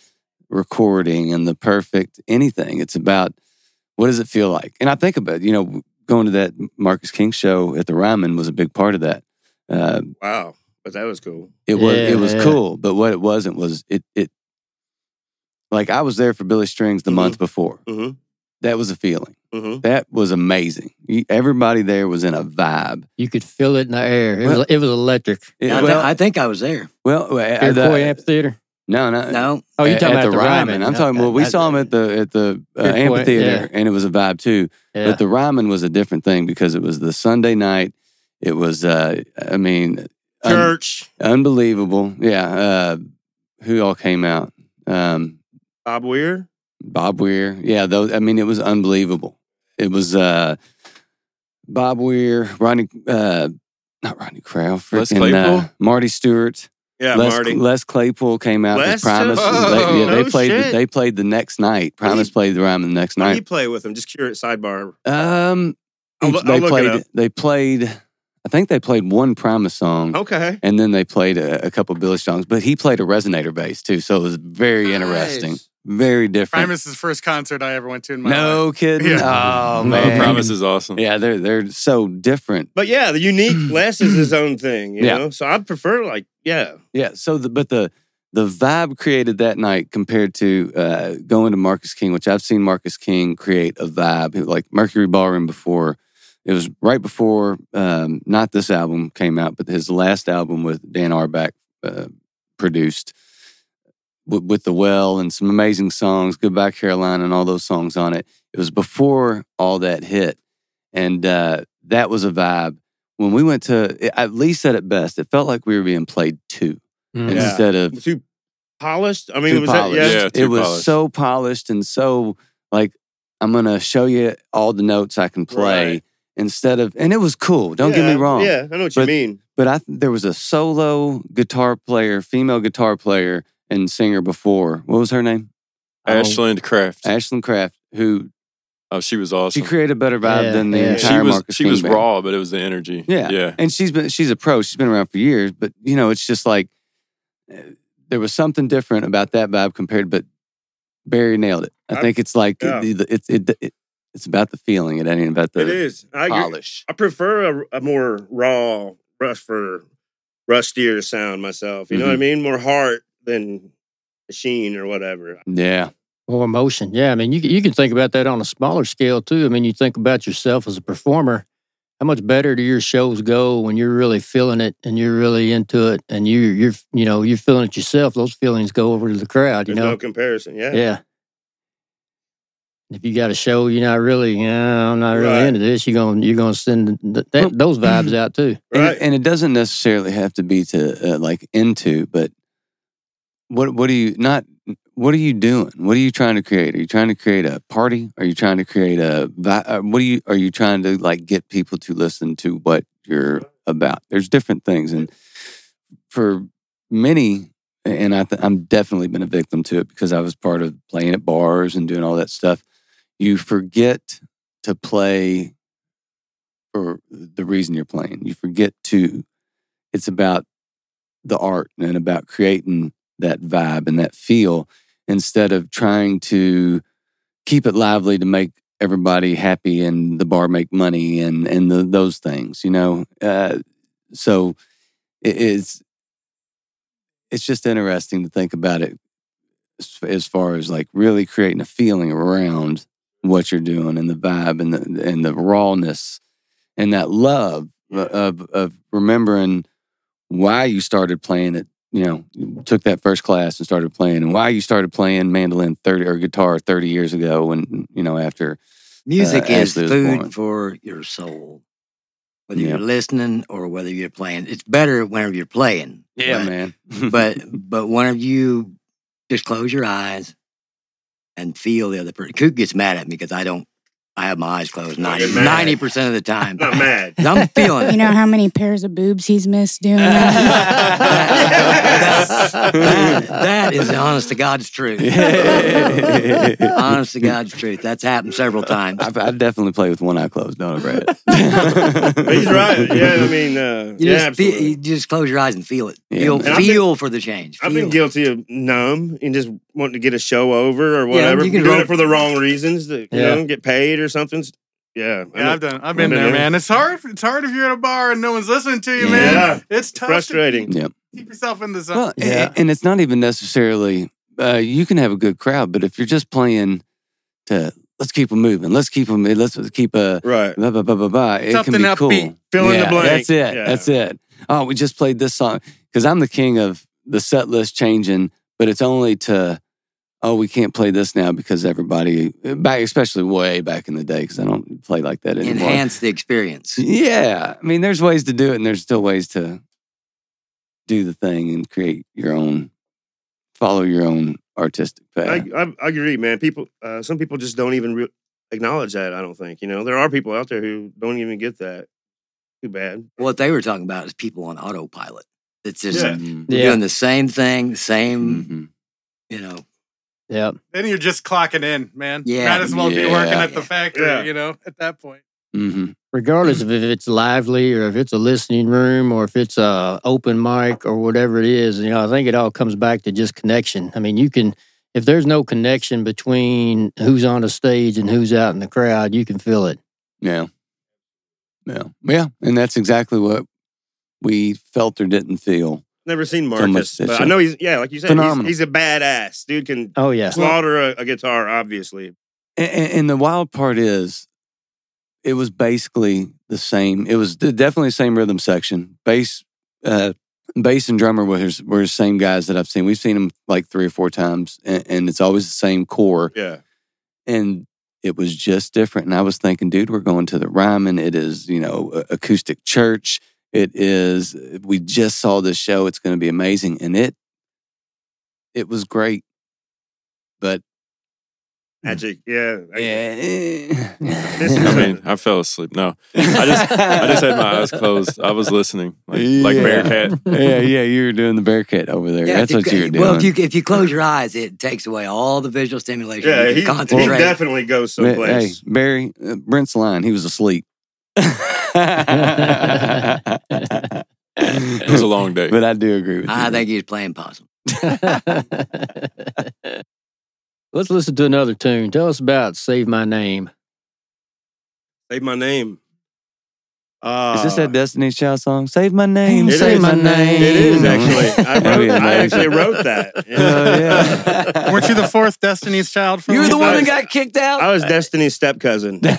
Speaker 2: recording and the perfect anything. It's about what does it feel like? And I think about, you know, going to that Marcus King show at the Ryman was a big part of that. Uh,
Speaker 3: Wow, but that was cool.
Speaker 2: it was
Speaker 1: Yeah,
Speaker 2: it was
Speaker 1: yeah.
Speaker 2: cool, but what it wasn't was it it like I was there for Billy Strings the
Speaker 3: Mhm.
Speaker 2: month before.
Speaker 3: Mhm.
Speaker 2: That was a feeling.
Speaker 3: Mm-hmm.
Speaker 2: That was amazing. You- Everybody there was in a vibe.
Speaker 1: You could feel it in the air. It,
Speaker 2: Well-
Speaker 1: was, it was electric.
Speaker 2: It-
Speaker 5: I, thi-
Speaker 2: well,
Speaker 5: I think I was there.
Speaker 2: well, well, uh,
Speaker 1: Iroquois
Speaker 2: the-
Speaker 1: Amphitheater.
Speaker 2: no, no,
Speaker 5: No,
Speaker 1: Oh, you're
Speaker 2: at-
Speaker 1: talking
Speaker 2: at
Speaker 1: about
Speaker 2: the Ryman. I'm talking. Well, we
Speaker 1: I-
Speaker 2: saw him at the at the uh,
Speaker 1: Good point,
Speaker 2: amphitheater,
Speaker 1: yeah.
Speaker 2: and it was a vibe too.
Speaker 1: Yeah.
Speaker 2: But the Ryman was a different thing because it was the Sunday night. It was, uh, I mean, un-
Speaker 3: Church,
Speaker 2: unbelievable. Yeah, uh, who all came out? Um,
Speaker 3: Bob Weir.
Speaker 2: Bob Weir. Yeah, those I mean it was unbelievable. It was uh Bob Weir, Ronnie uh not Ronnie Crowell,
Speaker 4: Les
Speaker 2: freaking,
Speaker 4: Claypool?
Speaker 2: uh, Marty Stewart.
Speaker 3: Yeah,
Speaker 2: Les,
Speaker 3: Marty.
Speaker 2: Les Claypool came out
Speaker 3: Les?
Speaker 2: with Primus.
Speaker 7: Oh,
Speaker 2: they, yeah, they
Speaker 3: no
Speaker 2: played
Speaker 3: shit.
Speaker 2: they played the next night. Primus
Speaker 3: He-
Speaker 2: played the rhyme the next
Speaker 3: Why do you
Speaker 2: night.
Speaker 3: play with him? Just curious sidebar.
Speaker 2: Um
Speaker 3: I'll loo-
Speaker 2: they
Speaker 3: I'll look it
Speaker 2: played
Speaker 3: up.
Speaker 2: they played I think they played one Primus song.
Speaker 3: Okay.
Speaker 2: And then they played a, a couple Billy songs, but he played a resonator bass too, so it was very interesting,
Speaker 3: Nice.
Speaker 2: very different.
Speaker 7: Primus is the first concert I ever went to in my life.
Speaker 2: no kidding!
Speaker 7: Yeah.
Speaker 2: Oh
Speaker 4: Oh,
Speaker 2: man,
Speaker 4: Promise is awesome.
Speaker 2: Yeah, they're they're so different.
Speaker 3: But yeah, the unique Les is his own thing, you
Speaker 2: Yeah.
Speaker 3: know. So I prefer like yeah,
Speaker 2: Yeah. So the but the the vibe created that night compared to uh, going to Marcus King, which I've seen Marcus King create a vibe like Mercury Ballroom before. It was right before um, not this album came out, but his last album with Dan Arback uh, produced with, with the Well and some amazing songs, Goodbye Carolina, and all those songs on it. It was before all that hit, and uh, that was a vibe. When we went to, at least said it best, it felt like we were being played two
Speaker 3: Yeah.
Speaker 2: instead of
Speaker 3: too polished. I mean,
Speaker 2: too
Speaker 3: was
Speaker 2: polished.
Speaker 3: that yeah?
Speaker 4: Yeah.
Speaker 2: it
Speaker 4: too
Speaker 2: was
Speaker 4: polished.
Speaker 2: so polished and so like I'm gonna show you all the notes I can play
Speaker 3: Right.
Speaker 2: instead of and it was cool. Don't get
Speaker 3: Yeah,
Speaker 2: me wrong.
Speaker 3: Yeah, I know what
Speaker 2: But-
Speaker 3: you mean.
Speaker 2: But I there was a solo guitar player, female guitar player and singer before. What was her name? Um,
Speaker 4: Ashland Craft.
Speaker 2: Ashlyn Craft, who
Speaker 4: Oh, she was awesome.
Speaker 2: she created a better vibe
Speaker 1: Yeah,
Speaker 2: than the
Speaker 1: yeah. She
Speaker 2: entire
Speaker 4: she was
Speaker 2: Marcus
Speaker 4: she
Speaker 2: King
Speaker 4: was
Speaker 2: band.
Speaker 4: raw, but it was the energy.
Speaker 2: Yeah.
Speaker 4: yeah.
Speaker 2: and she's been she's a pro. She's been around for years, but you eh, know, it's just like uh, there was something different about that vibe compared. But Barry nailed it. I,
Speaker 3: I-
Speaker 2: think it's like
Speaker 3: yeah.
Speaker 2: the- the- it's it, it, it's about the feeling. It ain't about
Speaker 3: it
Speaker 2: the
Speaker 3: is. I agree.
Speaker 2: polish.
Speaker 3: I prefer a, a more raw, rust for rustier sound myself. You know what I
Speaker 2: Mm-hmm.
Speaker 3: mean? More heart than machine or whatever.
Speaker 2: Yeah,
Speaker 1: Or emotion. Yeah, I mean, you, you can think about that on a smaller scale too. I mean, you think about yourself as a performer. How much better do your shows go when you're really feeling it and you're really into it and you you're you know you're feeling it yourself? Those feelings go over to the crowd. You
Speaker 3: There's
Speaker 1: know,
Speaker 3: no comparison. Yeah.
Speaker 1: yeah. If you got a show, you're not really, yeah, I'm not really
Speaker 3: Right.
Speaker 1: into this. You're gonna you're gonna send th- that, those vibes out too.
Speaker 2: and,
Speaker 3: Right.
Speaker 2: it, and it doesn't necessarily have to be to uh, like into, but what what are you not? What are you doing? What are you trying to create? Are you trying to create a party? Are you trying to create a? vi- uh, What are you? Are you trying to like get people to listen to what you're about? There's different things, and for many, and I th- I'm definitely been a victim to it because I was part of playing at bars and doing all that stuff. You forget to play for the reason you're playing. You forget to. It's about the art and about creating that vibe and that feel instead of trying to keep it lively to make everybody happy and the bar make money and and the, those things you know uh, so it is it's just interesting to think about it as- as far as like really creating a feeling around what you're doing and the vibe and the and the rawness and that love of of remembering why you started playing it you know you took that first class and started playing and why you started playing mandolin 30 or guitar 30 years ago and you know after
Speaker 5: Music
Speaker 2: Uh,
Speaker 5: is
Speaker 2: Ashley was born.
Speaker 5: food for your soul. Whether
Speaker 2: Yeah.
Speaker 5: you're listening or whether you're playing, it's better whenever you're playing. but,
Speaker 2: man
Speaker 5: but but whenever you just close your eyes and feel the other person. Coop gets mad at me because I don't. I have my eyes closed
Speaker 3: Don't get
Speaker 5: 90
Speaker 3: mad.
Speaker 5: percent of the time.
Speaker 3: Not mad.
Speaker 5: I'm feeling
Speaker 6: You
Speaker 5: it.
Speaker 6: know how many pairs of boobs he's missed doing that?
Speaker 5: That- that is the honest to God's truth. honest to God's truth. That's happened several times.
Speaker 2: I, I definitely play with one eye closed don't i brad
Speaker 3: But he's right. Yeah. I mean, uh, yeah,
Speaker 5: You just feel,
Speaker 3: absolutely.
Speaker 5: you just close your eyes and feel it.
Speaker 2: Yeah.
Speaker 5: You'll
Speaker 2: And I've
Speaker 3: been-
Speaker 5: feel for the change.
Speaker 3: I've been
Speaker 5: Feel it.
Speaker 3: guilty of numb and just wanting to get a show over or whatever.
Speaker 5: you can
Speaker 3: doing
Speaker 5: roll-
Speaker 3: it for the wrong reasons to you
Speaker 1: Yeah.
Speaker 3: know get paid or something. Yeah, I
Speaker 7: Yeah,
Speaker 3: know.
Speaker 7: I've done. I've been
Speaker 3: Been
Speaker 7: there,
Speaker 3: there.
Speaker 7: man. It's hard. It's hard if you're at a bar and no one's listening to you,
Speaker 2: Yeah.
Speaker 7: man.
Speaker 3: Yeah.
Speaker 7: It's tough. to
Speaker 3: frustrating.
Speaker 7: keep yourself in the zone.
Speaker 2: Well, a-
Speaker 1: Yeah.
Speaker 2: and, it's not even necessarily uh, you can have a good crowd, but if you're just playing to let's keep them moving, let's keep them, let's keep a
Speaker 3: Right.
Speaker 2: blah blah blah blah blah. It
Speaker 7: Something
Speaker 2: can be
Speaker 7: upbeat.
Speaker 2: cool.
Speaker 3: Fill in the
Speaker 2: Yeah,
Speaker 3: blank.
Speaker 2: That's it.
Speaker 3: Yeah.
Speaker 2: That's it. Oh, we just played this song because I'm the king of the set list changing, but it's only to oh we can't play this now because everybody back especially way back in the day because I don't play like that anymore.
Speaker 5: enhance the experience.
Speaker 2: Yeah. I mean, there's ways to do it and there's still ways to do the thing and create your own, follow your own artistic path.
Speaker 3: I, I, I agree, man. People, uh, some people just don't even re- acknowledge that. I don't think you know there are people out there who don't even get that. Too bad.
Speaker 5: What they were talking about is people on autopilot. It's just
Speaker 3: Yeah.
Speaker 2: Mhm.
Speaker 1: Yeah,
Speaker 5: doing the same thing, same,
Speaker 2: Mhm.
Speaker 3: Mm-hmm.
Speaker 5: you know.
Speaker 1: yeah.
Speaker 7: Then you're just clocking in, man.
Speaker 5: Yeah.
Speaker 7: Might as well be working
Speaker 2: Yeah.
Speaker 7: at the factory,
Speaker 3: Yeah.
Speaker 7: you know, at that point.
Speaker 2: Mhm.
Speaker 1: Regardless of if it's lively or if it's a listening room or if it's a open mic or whatever it is, you know, I think it all comes back to just connection. I mean, you can if there's no connection between who's on the stage and who's out in the crowd, you can feel it.
Speaker 2: Yeah. Yeah. Yeah. And that's exactly what we felt or didn't feel.
Speaker 3: Never seen
Speaker 2: So much
Speaker 3: Marcus, but
Speaker 2: that's
Speaker 3: I know he's yeah, like you said, he's,
Speaker 2: Phenomenal.
Speaker 3: he's a badass dude. Can
Speaker 1: Oh yeah.
Speaker 3: slaughter a, a guitar, obviously.
Speaker 2: And, and the wild part is, it was basically the same. It was d- definitely the same rhythm section. Bass, uh, bass and drummer were his, were the same guys that I've seen. We've seen them like three or four times, and, and it's always the same core.
Speaker 3: Yeah,
Speaker 2: And it was just different. And I was thinking, dude, we're going to the Ryman. It is you know a- acoustic church. It is. uh, We just saw this show. It's going to be amazing, and it it was great. But
Speaker 3: magic. Yeah, I-
Speaker 2: yeah,
Speaker 3: I
Speaker 10: I mean, I fell asleep. No, I just I just had my eyes closed. I was listening, like, like
Speaker 2: Yeah.
Speaker 10: Bearcat.
Speaker 2: yeah, yeah, you were doing the Bearcat over there.
Speaker 5: Yeah,
Speaker 2: That's
Speaker 5: if
Speaker 2: what you were doing.
Speaker 5: Well, if you if you close your eyes, it takes away all the visual stimulation.
Speaker 3: yeah.
Speaker 5: you
Speaker 3: He,
Speaker 5: can
Speaker 3: he
Speaker 5: concentrate.
Speaker 3: definitely goes
Speaker 2: Ma- Hey,
Speaker 3: someplace.
Speaker 2: Barry, uh, Brent's line. He was asleep.
Speaker 10: It was a long day.
Speaker 2: But I do agree with you.
Speaker 5: I think he's playing possum.
Speaker 1: yeah. Let's listen to another tune. Tell us about Save My Name.
Speaker 3: Save my name. Uh,
Speaker 2: Is this that Destiny's Child song? Save my name,
Speaker 3: It
Speaker 2: save
Speaker 3: is.
Speaker 2: my name. Oh,
Speaker 3: It is actually. I,
Speaker 2: That'd
Speaker 3: wrote,
Speaker 2: be
Speaker 3: I
Speaker 2: amazing.
Speaker 3: actually wrote that.
Speaker 2: Hell yeah.
Speaker 7: Weren't you the fourth Destiny's Child? From
Speaker 5: You were the one
Speaker 3: I
Speaker 5: that
Speaker 3: was-
Speaker 5: got kicked out.
Speaker 3: I was Destiny's step cousin.
Speaker 5: Twice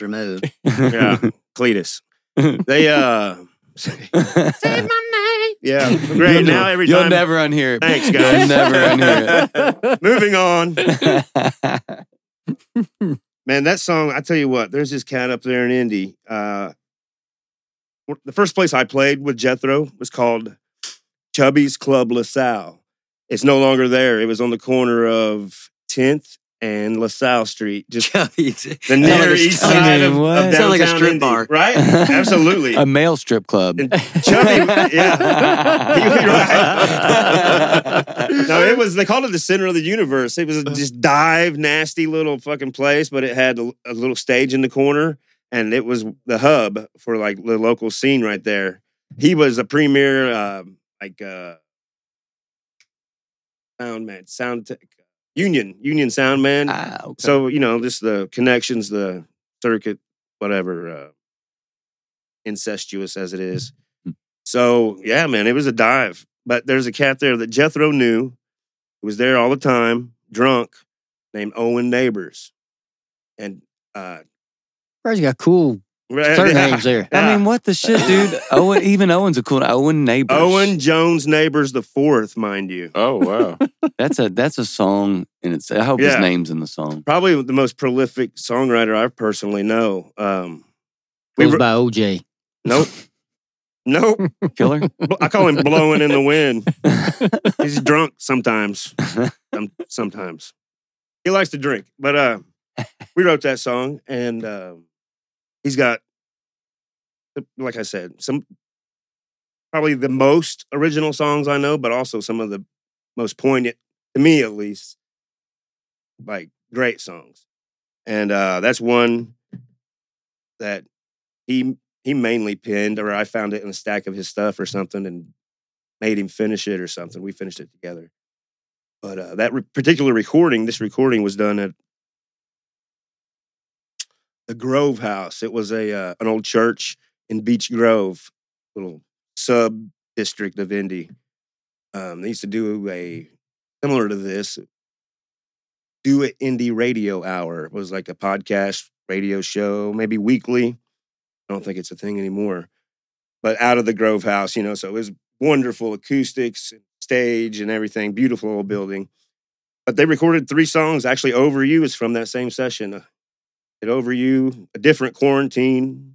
Speaker 5: removed.
Speaker 3: yeah, Cletus. They uh,
Speaker 6: Save my name.
Speaker 3: yeah, great.
Speaker 2: You'll
Speaker 3: now
Speaker 2: ne-
Speaker 3: every
Speaker 2: You'll
Speaker 3: time,
Speaker 2: never unhear it.
Speaker 3: Thanks,
Speaker 2: You'll
Speaker 3: guys.
Speaker 2: never unhear
Speaker 3: moving on.
Speaker 2: it.
Speaker 3: Man, that song, I tell you what, there's this cat up there in Indy. Uh, wh- the first place I played with Jethro was called Chubby's Club LaSalle. It's no longer there. It was on the corner of 10th and LaSalle Street, just the
Speaker 5: Sound like
Speaker 3: near
Speaker 5: a-
Speaker 3: east
Speaker 5: sound
Speaker 3: side of,
Speaker 2: what?
Speaker 3: of
Speaker 5: Sound
Speaker 3: downtown
Speaker 5: like a strip
Speaker 3: Indy,
Speaker 5: bar.
Speaker 3: Right? Absolutely.
Speaker 2: A male strip club.
Speaker 3: And Chubby, yeah. You're right. No, it was. They called it the center of the universe. It was just dive, nasty little fucking place, but it had a, a little stage in the corner, and it was the hub for like the local scene right there. He was a premier, uh, like uh, sound man, sound tech, union, union sound man.
Speaker 2: Ah, okay.
Speaker 3: So you know, just the connections, the circuit, whatever, uh, incestuous as it is. So yeah, man, it was a dive. But there's a cat there that Jethro knew, who was there all the time, drunk, named Owen Neighbors, and uh,
Speaker 1: Brad's got cool
Speaker 3: yeah,
Speaker 1: third names there.
Speaker 3: yeah.
Speaker 2: I mean, what the shit, dude? Owen, even Owen's a cool Owen neighbors.
Speaker 3: Owen Jones Neighbors the fourth, mind you,
Speaker 10: Oh wow.
Speaker 2: That's a that's a song, and it's. I hope his
Speaker 3: Yeah.
Speaker 2: name's in the song.
Speaker 3: probably the most prolific songwriter I personally know. Um, we
Speaker 1: Goes
Speaker 3: were,
Speaker 1: by OJ.
Speaker 3: nope, nope.
Speaker 2: Killer.
Speaker 3: Bl- I call him blowing in the wind. He's drunk sometimes. Some- sometimes he likes to drink, but uh, we wrote that song, and uh, he's got, uh, like I said, some probably the most original songs I know, but also some of the most poignant to me, at least, like great songs, and uh, that's one that he he mainly pinned, or I found it in a stack of his stuff or something, and made him finish it or something. We finished it together. But uh, that re- particular recording, this recording was done at the Grove House. It was a uh, an old church in Beach Grove, little sub district of Indy. Um, they used to do a similar to this, do it indie radio hour. It was like a podcast radio show, maybe weekly. I don't think it's a thing anymore. But out of the Grove House, you know, so it was wonderful acoustics, stage, and everything. Beautiful old building. But they recorded three songs. Actually, "Over You" is from that same session. Uh, It "Over You," a different quarantine,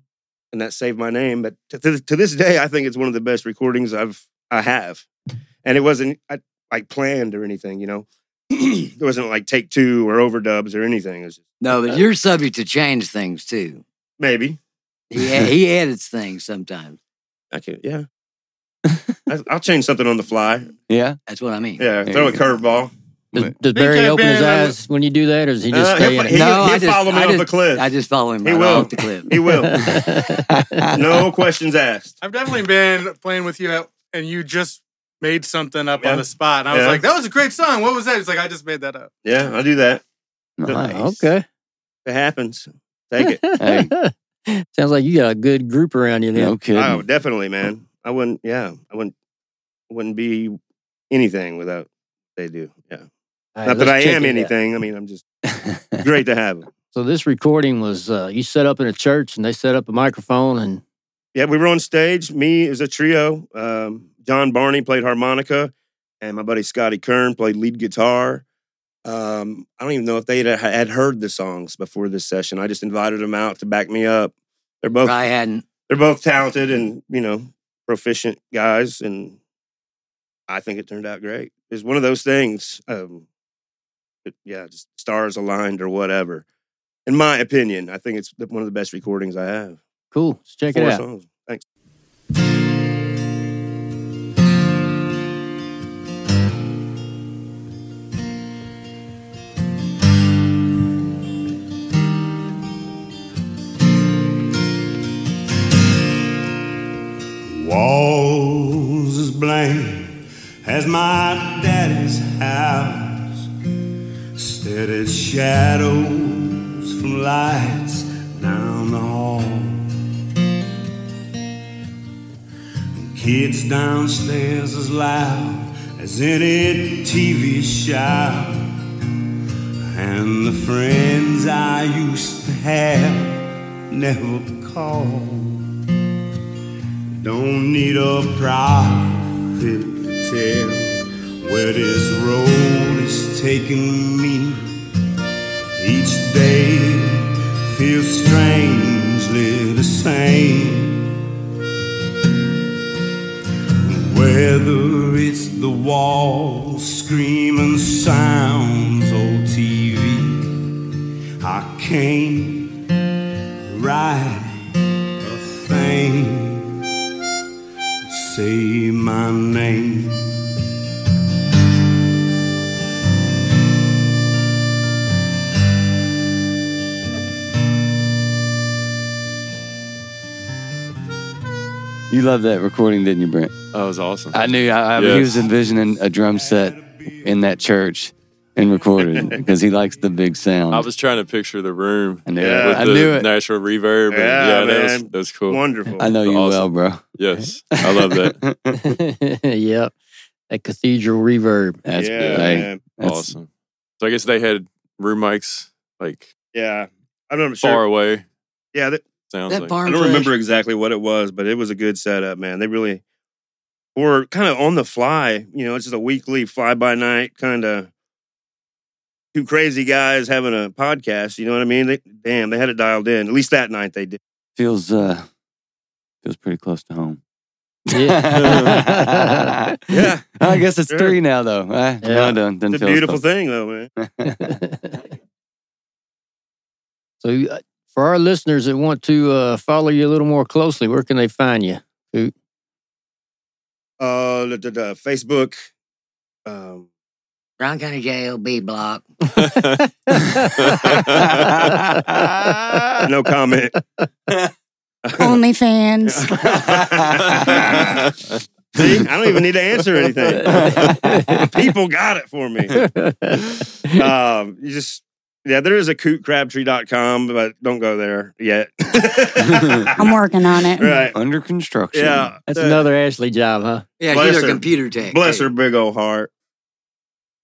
Speaker 3: and that saved my name. But to, to, to this day, I think it's one of the best recordings I've I have. And it wasn't I, like planned or anything, you know. it wasn't like take two or overdubs or anything. It was just,
Speaker 5: No, but you're subject to change things too.
Speaker 3: maybe
Speaker 5: He he edits things sometimes.
Speaker 3: I can. Yeah, I, I'll change something on the fly.
Speaker 2: Yeah.
Speaker 5: That's what I mean.
Speaker 3: Yeah,
Speaker 2: There
Speaker 3: throw
Speaker 2: you
Speaker 3: a
Speaker 2: go.
Speaker 3: curveball. Mm.
Speaker 1: Does, does
Speaker 7: Think
Speaker 1: Barry
Speaker 7: I've
Speaker 1: open his
Speaker 7: been-
Speaker 1: eyes when you do that, or does he just
Speaker 3: Uh,
Speaker 1: stay in
Speaker 3: He-
Speaker 1: it?
Speaker 5: no,
Speaker 3: he'll
Speaker 5: I just,
Speaker 3: follow me
Speaker 5: I
Speaker 3: off
Speaker 5: just,
Speaker 3: the cliff.
Speaker 5: I just follow him
Speaker 3: He
Speaker 5: right
Speaker 3: will.
Speaker 5: off the cliff.
Speaker 3: He will. no questions asked.
Speaker 7: I've definitely been playing with you, at, and you just made something up
Speaker 3: Yeah.
Speaker 7: on the spot. And I was
Speaker 3: Yeah.
Speaker 7: like, "That was a great song. What was that?" It's like I just made that up.
Speaker 3: Yeah, I'll do that.
Speaker 1: Oh,
Speaker 2: Nice.
Speaker 1: okay.
Speaker 3: If it happens, take it.
Speaker 1: Sounds like you got a good group around you now.
Speaker 2: No kidding.
Speaker 3: oh, definitely, man. I wouldn't. Yeah, I wouldn't. Wouldn't be anything without they do. Yeah, not that I am anything. I mean, I'm just great to have 'em.
Speaker 1: So this recording was uh, you set up in a church, and they set up a microphone, and
Speaker 3: Yeah, we were on stage. Me is a trio. Um, John Barney played harmonica, and my buddy Scotty Kern played lead guitar. Um, I don't even know if they had, had heard the songs before this session. I just invited them out to back me up. They're both
Speaker 5: I hadn't.
Speaker 3: they're both talented and you know proficient guys and i think it turned out great it's one of those things um it- yeah just stars aligned or whatever in my opinion i think it's the- one of the best recordings i have
Speaker 1: cool. Let's check
Speaker 3: four
Speaker 1: it out.
Speaker 3: songs thanks
Speaker 9: Walls as blank as my daddy's house. shadows from lights down the hall. Kids downstairs as loud as any TV shout. And the friends I used to have never call. Don't need a prophet to tell where this road is taking me. Each day feels strangely the same. Whether it's the walls screaming sounds or TV, I can't write a thing. Say my name.
Speaker 2: You loved that recording, didn't you, Brent?
Speaker 10: Oh, it was awesome.
Speaker 2: I knew I, I, he
Speaker 10: Yes.
Speaker 2: was envisioning a drum set in that church and recorded because he likes the big sound.
Speaker 10: I was trying to picture the room.
Speaker 2: I knew
Speaker 3: it.
Speaker 10: With
Speaker 2: I
Speaker 10: the
Speaker 2: knew it.
Speaker 10: Natural reverb. and-
Speaker 3: Yeah,
Speaker 10: yeah, that was,
Speaker 3: man.
Speaker 10: that was cool.
Speaker 3: Wonderful.
Speaker 2: I know you well,
Speaker 10: Awesome.
Speaker 2: bro.
Speaker 10: Yes, I love that.
Speaker 1: yep. That cathedral reverb.
Speaker 2: That's
Speaker 3: yeah,
Speaker 2: good.
Speaker 3: man.
Speaker 2: That's-
Speaker 10: awesome. So I guess they had room mics like
Speaker 3: yeah. I remember
Speaker 10: far
Speaker 3: sure.
Speaker 10: away.
Speaker 3: Yeah, that,
Speaker 10: Sounds
Speaker 5: That
Speaker 10: like
Speaker 5: barn
Speaker 3: I don't remember exactly what it was, but it was a good setup, man. They really were kind of on the fly. You know, it's just a weekly fly by night kind of two crazy guys having a podcast. You know what I mean? They, damn, they had it dialed in. At least that night they did.
Speaker 2: Feels uh feels pretty close to home.
Speaker 1: Yeah.
Speaker 3: Yeah.
Speaker 2: I guess it's
Speaker 3: Sure.
Speaker 2: three now though. Eh,
Speaker 1: Yeah.
Speaker 2: Well done. Didn't
Speaker 3: It's a
Speaker 2: feel
Speaker 3: beautiful
Speaker 2: close.
Speaker 3: thing, though, man.
Speaker 1: so, uh, for our listeners that want to uh, follow you a little more closely, where can they find you?
Speaker 3: Uh, da, da, da, Facebook. Um,
Speaker 5: Brown County Jail B block.
Speaker 3: no comment.
Speaker 6: OnlyFans.
Speaker 3: See, I don't even need to answer anything. People got it for me. um, you just yeah, there is a cootcrabtree.com, but don't go there yet.
Speaker 6: I'm working on it.
Speaker 3: right.
Speaker 2: Under construction.
Speaker 3: Yeah.
Speaker 1: That's
Speaker 3: Uh,
Speaker 1: another Ashley job, huh?
Speaker 5: Yeah,
Speaker 3: Bless
Speaker 5: she's a
Speaker 3: her.
Speaker 5: computer tech.
Speaker 3: Bless
Speaker 5: too.
Speaker 3: her big old heart.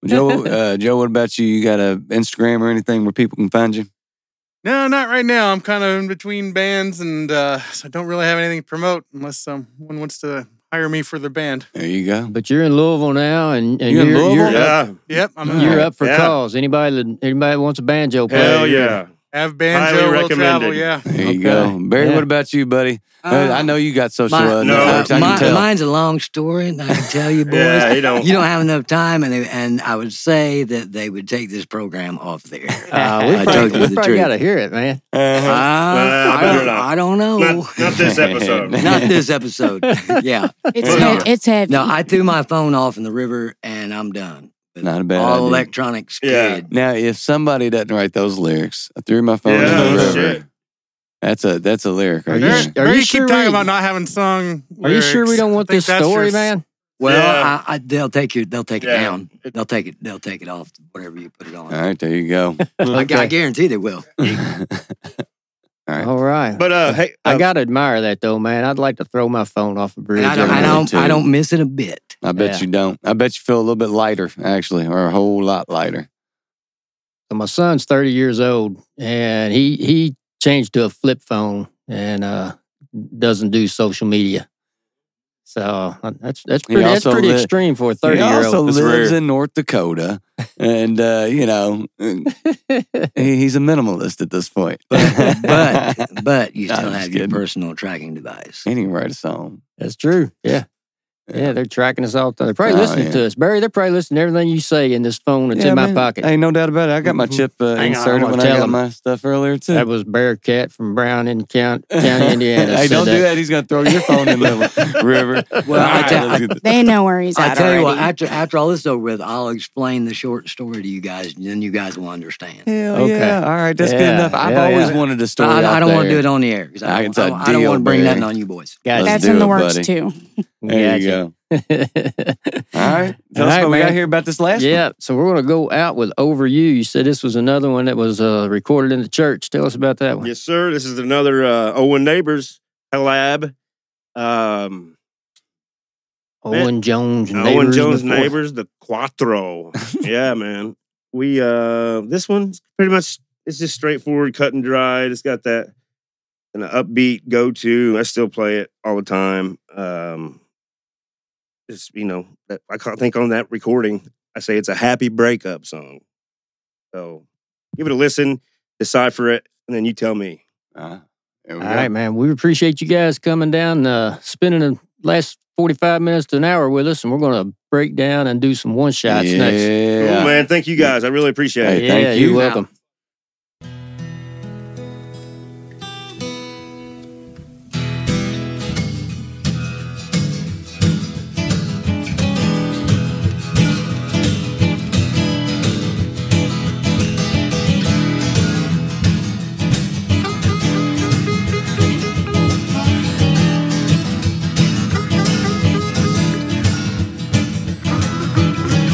Speaker 2: Joe, uh, Joe, what about you? You got a Instagram or anything where people can find you?
Speaker 7: No, not right now. I'm kind of in between bands, and uh, so I don't really have anything to promote unless someone wants to hire me for their band.
Speaker 2: There you go.
Speaker 1: But you're in Louisville now, and, and
Speaker 2: You
Speaker 1: you're
Speaker 2: in
Speaker 1: you're,
Speaker 2: Louisville?
Speaker 1: up,
Speaker 3: Yeah.
Speaker 7: Yep, I'm
Speaker 2: Yeah.
Speaker 1: you're up for
Speaker 3: Yeah.
Speaker 1: calls. Anybody that anybody that wants a banjo player?
Speaker 3: Hell yeah.
Speaker 7: have
Speaker 3: Highly
Speaker 7: banjo will travel.
Speaker 3: recommended.
Speaker 7: Yeah,
Speaker 2: There
Speaker 1: Okay.
Speaker 2: you go. Barry,
Speaker 1: Yeah.
Speaker 2: what about you, buddy? Uh, I know you got social.
Speaker 5: my-
Speaker 2: uh,
Speaker 3: no,
Speaker 2: networks, I can
Speaker 5: My-
Speaker 2: tell.
Speaker 5: mine's a long story, and I can tell you, boys,
Speaker 3: Yeah, you don't.
Speaker 5: you don't have enough time, and they, and I would say that they would take this program off the air.
Speaker 1: Uh, we
Speaker 5: I told
Speaker 1: probably,
Speaker 5: you the truth.
Speaker 1: got to hear it, man.
Speaker 5: Uh,
Speaker 2: Uh-huh.
Speaker 5: I,
Speaker 3: better
Speaker 5: don't,
Speaker 3: not.
Speaker 5: I don't know.
Speaker 3: Not, not this episode.
Speaker 5: Not this episode. yeah.
Speaker 6: It's
Speaker 5: Well,
Speaker 6: hea-
Speaker 5: no.
Speaker 6: it's heavy.
Speaker 5: No, I threw my phone off in the river, and I'm done.
Speaker 2: Not a bad
Speaker 5: All
Speaker 2: idea.
Speaker 5: electronics
Speaker 3: Yeah.
Speaker 5: kid.
Speaker 2: Now, if somebody doesn't write those lyrics, I threw my phone
Speaker 3: Yeah, oh,
Speaker 2: in the river.
Speaker 3: shit.
Speaker 2: That's a that's a lyric.
Speaker 1: Are
Speaker 2: Right
Speaker 1: you
Speaker 2: there.
Speaker 7: Barry-
Speaker 1: sh-
Speaker 7: Barry
Speaker 1: you
Speaker 7: keep
Speaker 1: sure
Speaker 7: talking
Speaker 1: we-
Speaker 7: about not having sung.
Speaker 1: Are you sure we
Speaker 7: lyrics.
Speaker 1: don't
Speaker 7: I
Speaker 1: want
Speaker 7: think
Speaker 1: this
Speaker 7: that's
Speaker 1: story,
Speaker 7: your-
Speaker 1: man?
Speaker 5: Well,
Speaker 3: Yeah.
Speaker 5: I, I, they'll take your, they'll take it
Speaker 3: Yeah.
Speaker 5: down. They'll take it, they'll take it off whatever you put it on.
Speaker 2: All right, there you go.
Speaker 5: I, I guarantee they will.
Speaker 2: right.
Speaker 1: All right.
Speaker 3: But uh, hey,
Speaker 1: I
Speaker 3: uh,
Speaker 1: gotta admire that though, man. I'd like to throw my phone off a bridge.
Speaker 5: And I don't,
Speaker 1: every
Speaker 5: I
Speaker 1: now
Speaker 5: don't, I
Speaker 2: too.
Speaker 5: don't miss it a bit.
Speaker 2: I bet
Speaker 1: Yeah.
Speaker 2: you don't. I bet you feel a little bit lighter, actually, or a whole lot lighter.
Speaker 1: So my son's 30 years old and he he changed to a flip phone and uh doesn't do social media. So uh, that's that's
Speaker 2: He
Speaker 1: pretty that's
Speaker 2: also
Speaker 1: pretty
Speaker 2: lit-
Speaker 1: extreme for a 30
Speaker 2: He
Speaker 1: year
Speaker 2: also
Speaker 1: old.
Speaker 10: That's
Speaker 2: lives
Speaker 10: rare.
Speaker 2: in North Dakota, and uh, you know he- he's a minimalist at this point.
Speaker 5: But, but you
Speaker 2: No, I'm
Speaker 5: still
Speaker 2: just
Speaker 5: have your
Speaker 2: kidding.
Speaker 5: personal tracking device.
Speaker 2: he didn't write a song.
Speaker 1: That's true. Yeah. Yeah, they're tracking us all. the time. They're probably
Speaker 2: Oh,
Speaker 1: listening
Speaker 2: yeah.
Speaker 1: to us, Barry. They're probably listening to everything you say in this phone that's
Speaker 2: Yeah,
Speaker 1: in my
Speaker 2: man.
Speaker 1: pocket.
Speaker 2: Ain't no doubt about it. I got my
Speaker 10: Mm-hmm.
Speaker 1: Mhm.
Speaker 2: chip uh,
Speaker 1: Hang on, I'm
Speaker 2: inserted
Speaker 1: gonna
Speaker 2: when I
Speaker 1: tell
Speaker 2: got
Speaker 1: him.
Speaker 2: my stuff earlier too.
Speaker 1: That was Bearcat from Brown in County, County Indiana.
Speaker 2: hey,
Speaker 1: said
Speaker 2: don't do that. He's gonna throw your phone in the river.
Speaker 5: Well, I tell-
Speaker 2: let's get-
Speaker 6: They know where he's
Speaker 5: I
Speaker 6: at
Speaker 5: tell you what,
Speaker 6: already.
Speaker 5: after after all this is over with, I'll explain the short story to you guys, and then you guys will understand.
Speaker 2: Hell
Speaker 1: Okay.
Speaker 2: yeah! All right, that's good
Speaker 1: Yeah,
Speaker 2: enough. I've
Speaker 1: yeah,
Speaker 2: always
Speaker 1: yeah.
Speaker 2: wanted a story.
Speaker 5: I, I
Speaker 2: out
Speaker 5: don't want to
Speaker 2: there.
Speaker 5: do it on the air because
Speaker 2: Ah,
Speaker 5: I
Speaker 2: it's
Speaker 5: don't,
Speaker 2: a
Speaker 5: I don't, I don't
Speaker 2: deal,
Speaker 5: want to bring
Speaker 2: Barry.
Speaker 5: nothing on you boys.
Speaker 1: Gotcha.
Speaker 2: Let's
Speaker 6: That's
Speaker 2: do
Speaker 6: in the
Speaker 2: it,
Speaker 6: works
Speaker 2: buddy.
Speaker 6: too.
Speaker 2: There you
Speaker 1: Gotcha.
Speaker 2: go.
Speaker 1: All
Speaker 2: right. Tell us what we got here about this last
Speaker 1: Yeah. So we're going to go out with Over You. You said this was another one that was uh, recorded in the church. Tell us about that one.
Speaker 3: Yes, sir. This is another uh, Owen Neighbors collab. Um,
Speaker 1: Owen Jones and
Speaker 3: Owen
Speaker 1: Neighbors
Speaker 3: Jones
Speaker 1: before.
Speaker 3: Neighbors, the Quattro. yeah, man. We uh, this one's pretty much it's just straightforward, cut and dried. It's got that an upbeat go to. I still play it all the time. Um, it's you know that- I can't think on that recording. I say it's a happy breakup song. So give it a listen, decipher it, and then you tell me.
Speaker 2: Uh,
Speaker 1: All right, man. We appreciate you guys coming down, uh, spending the last 45 minutes to an hour with us, and we're going to break down and do some one shots next.
Speaker 3: Cool, man. Thank you guys. I really appreciate it.
Speaker 1: yeah, you're welcome.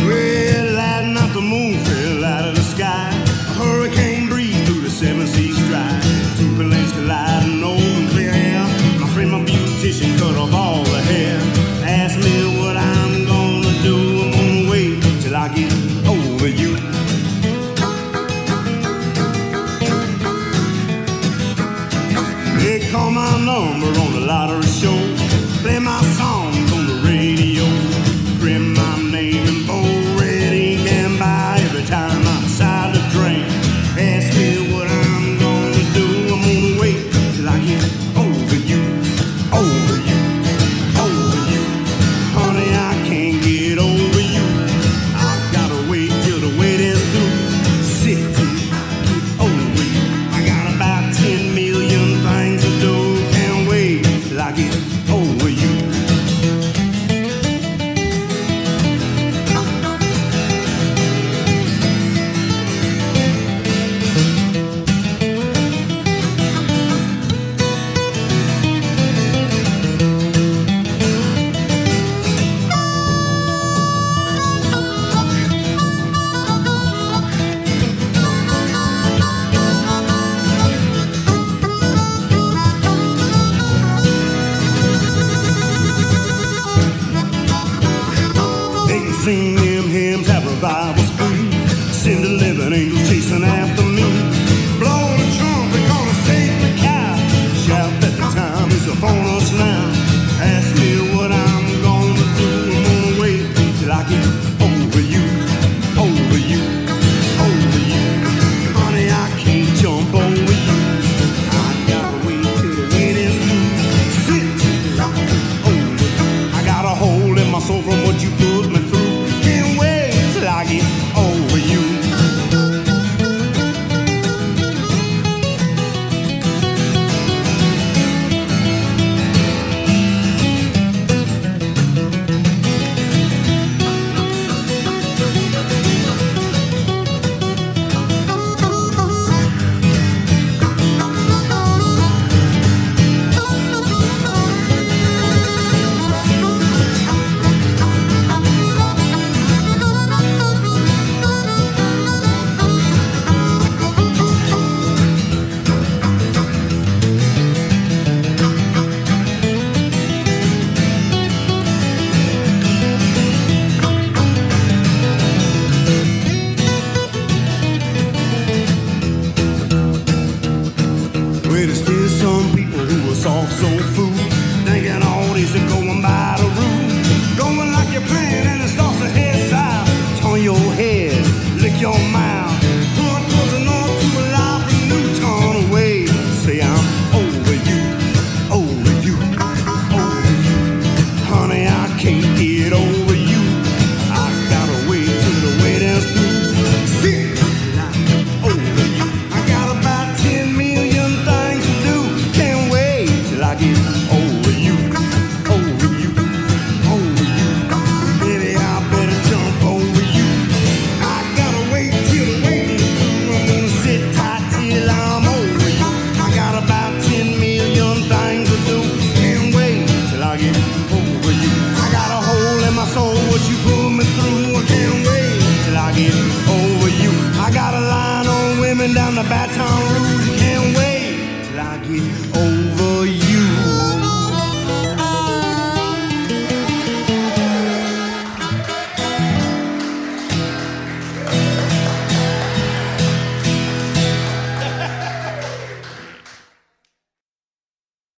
Speaker 9: Red lighting up the moon, fair light of the sky. A hurricane breeze through the seven seas dry. Two planes colliding over clear air. My friend, my beautician, cut off all the hair. Ask me what I'm gonna do. I'm gonna wait till I get over you. They call my number on the lottery show. Play my songs on the radio. Grim my name, bold red ink and by every time I decide to drink. Ask me what I'm gonna do. I'm gonna wait till I get over you, over you, over you. Honey, I can't get over you. I gotta wait till the wait is through. Sick to get over you. I got about 10 million things to do. Can't wait till I get over you. They can sing them hymns, have revivals free. Send the living angels chasing after me. Blow the trumpet, gonna save the cow. Shout that the time is upon us now. Ask me what I'm gonna do. I'm gonna wait till I get over you, over you, over you. Honey, I can't jump over you. I gotta wait till the wind is through. Sit till I get over you. I got a hole in my soul from what you put me through. Can't wait till I get over you. Well, there's still some people who are soft so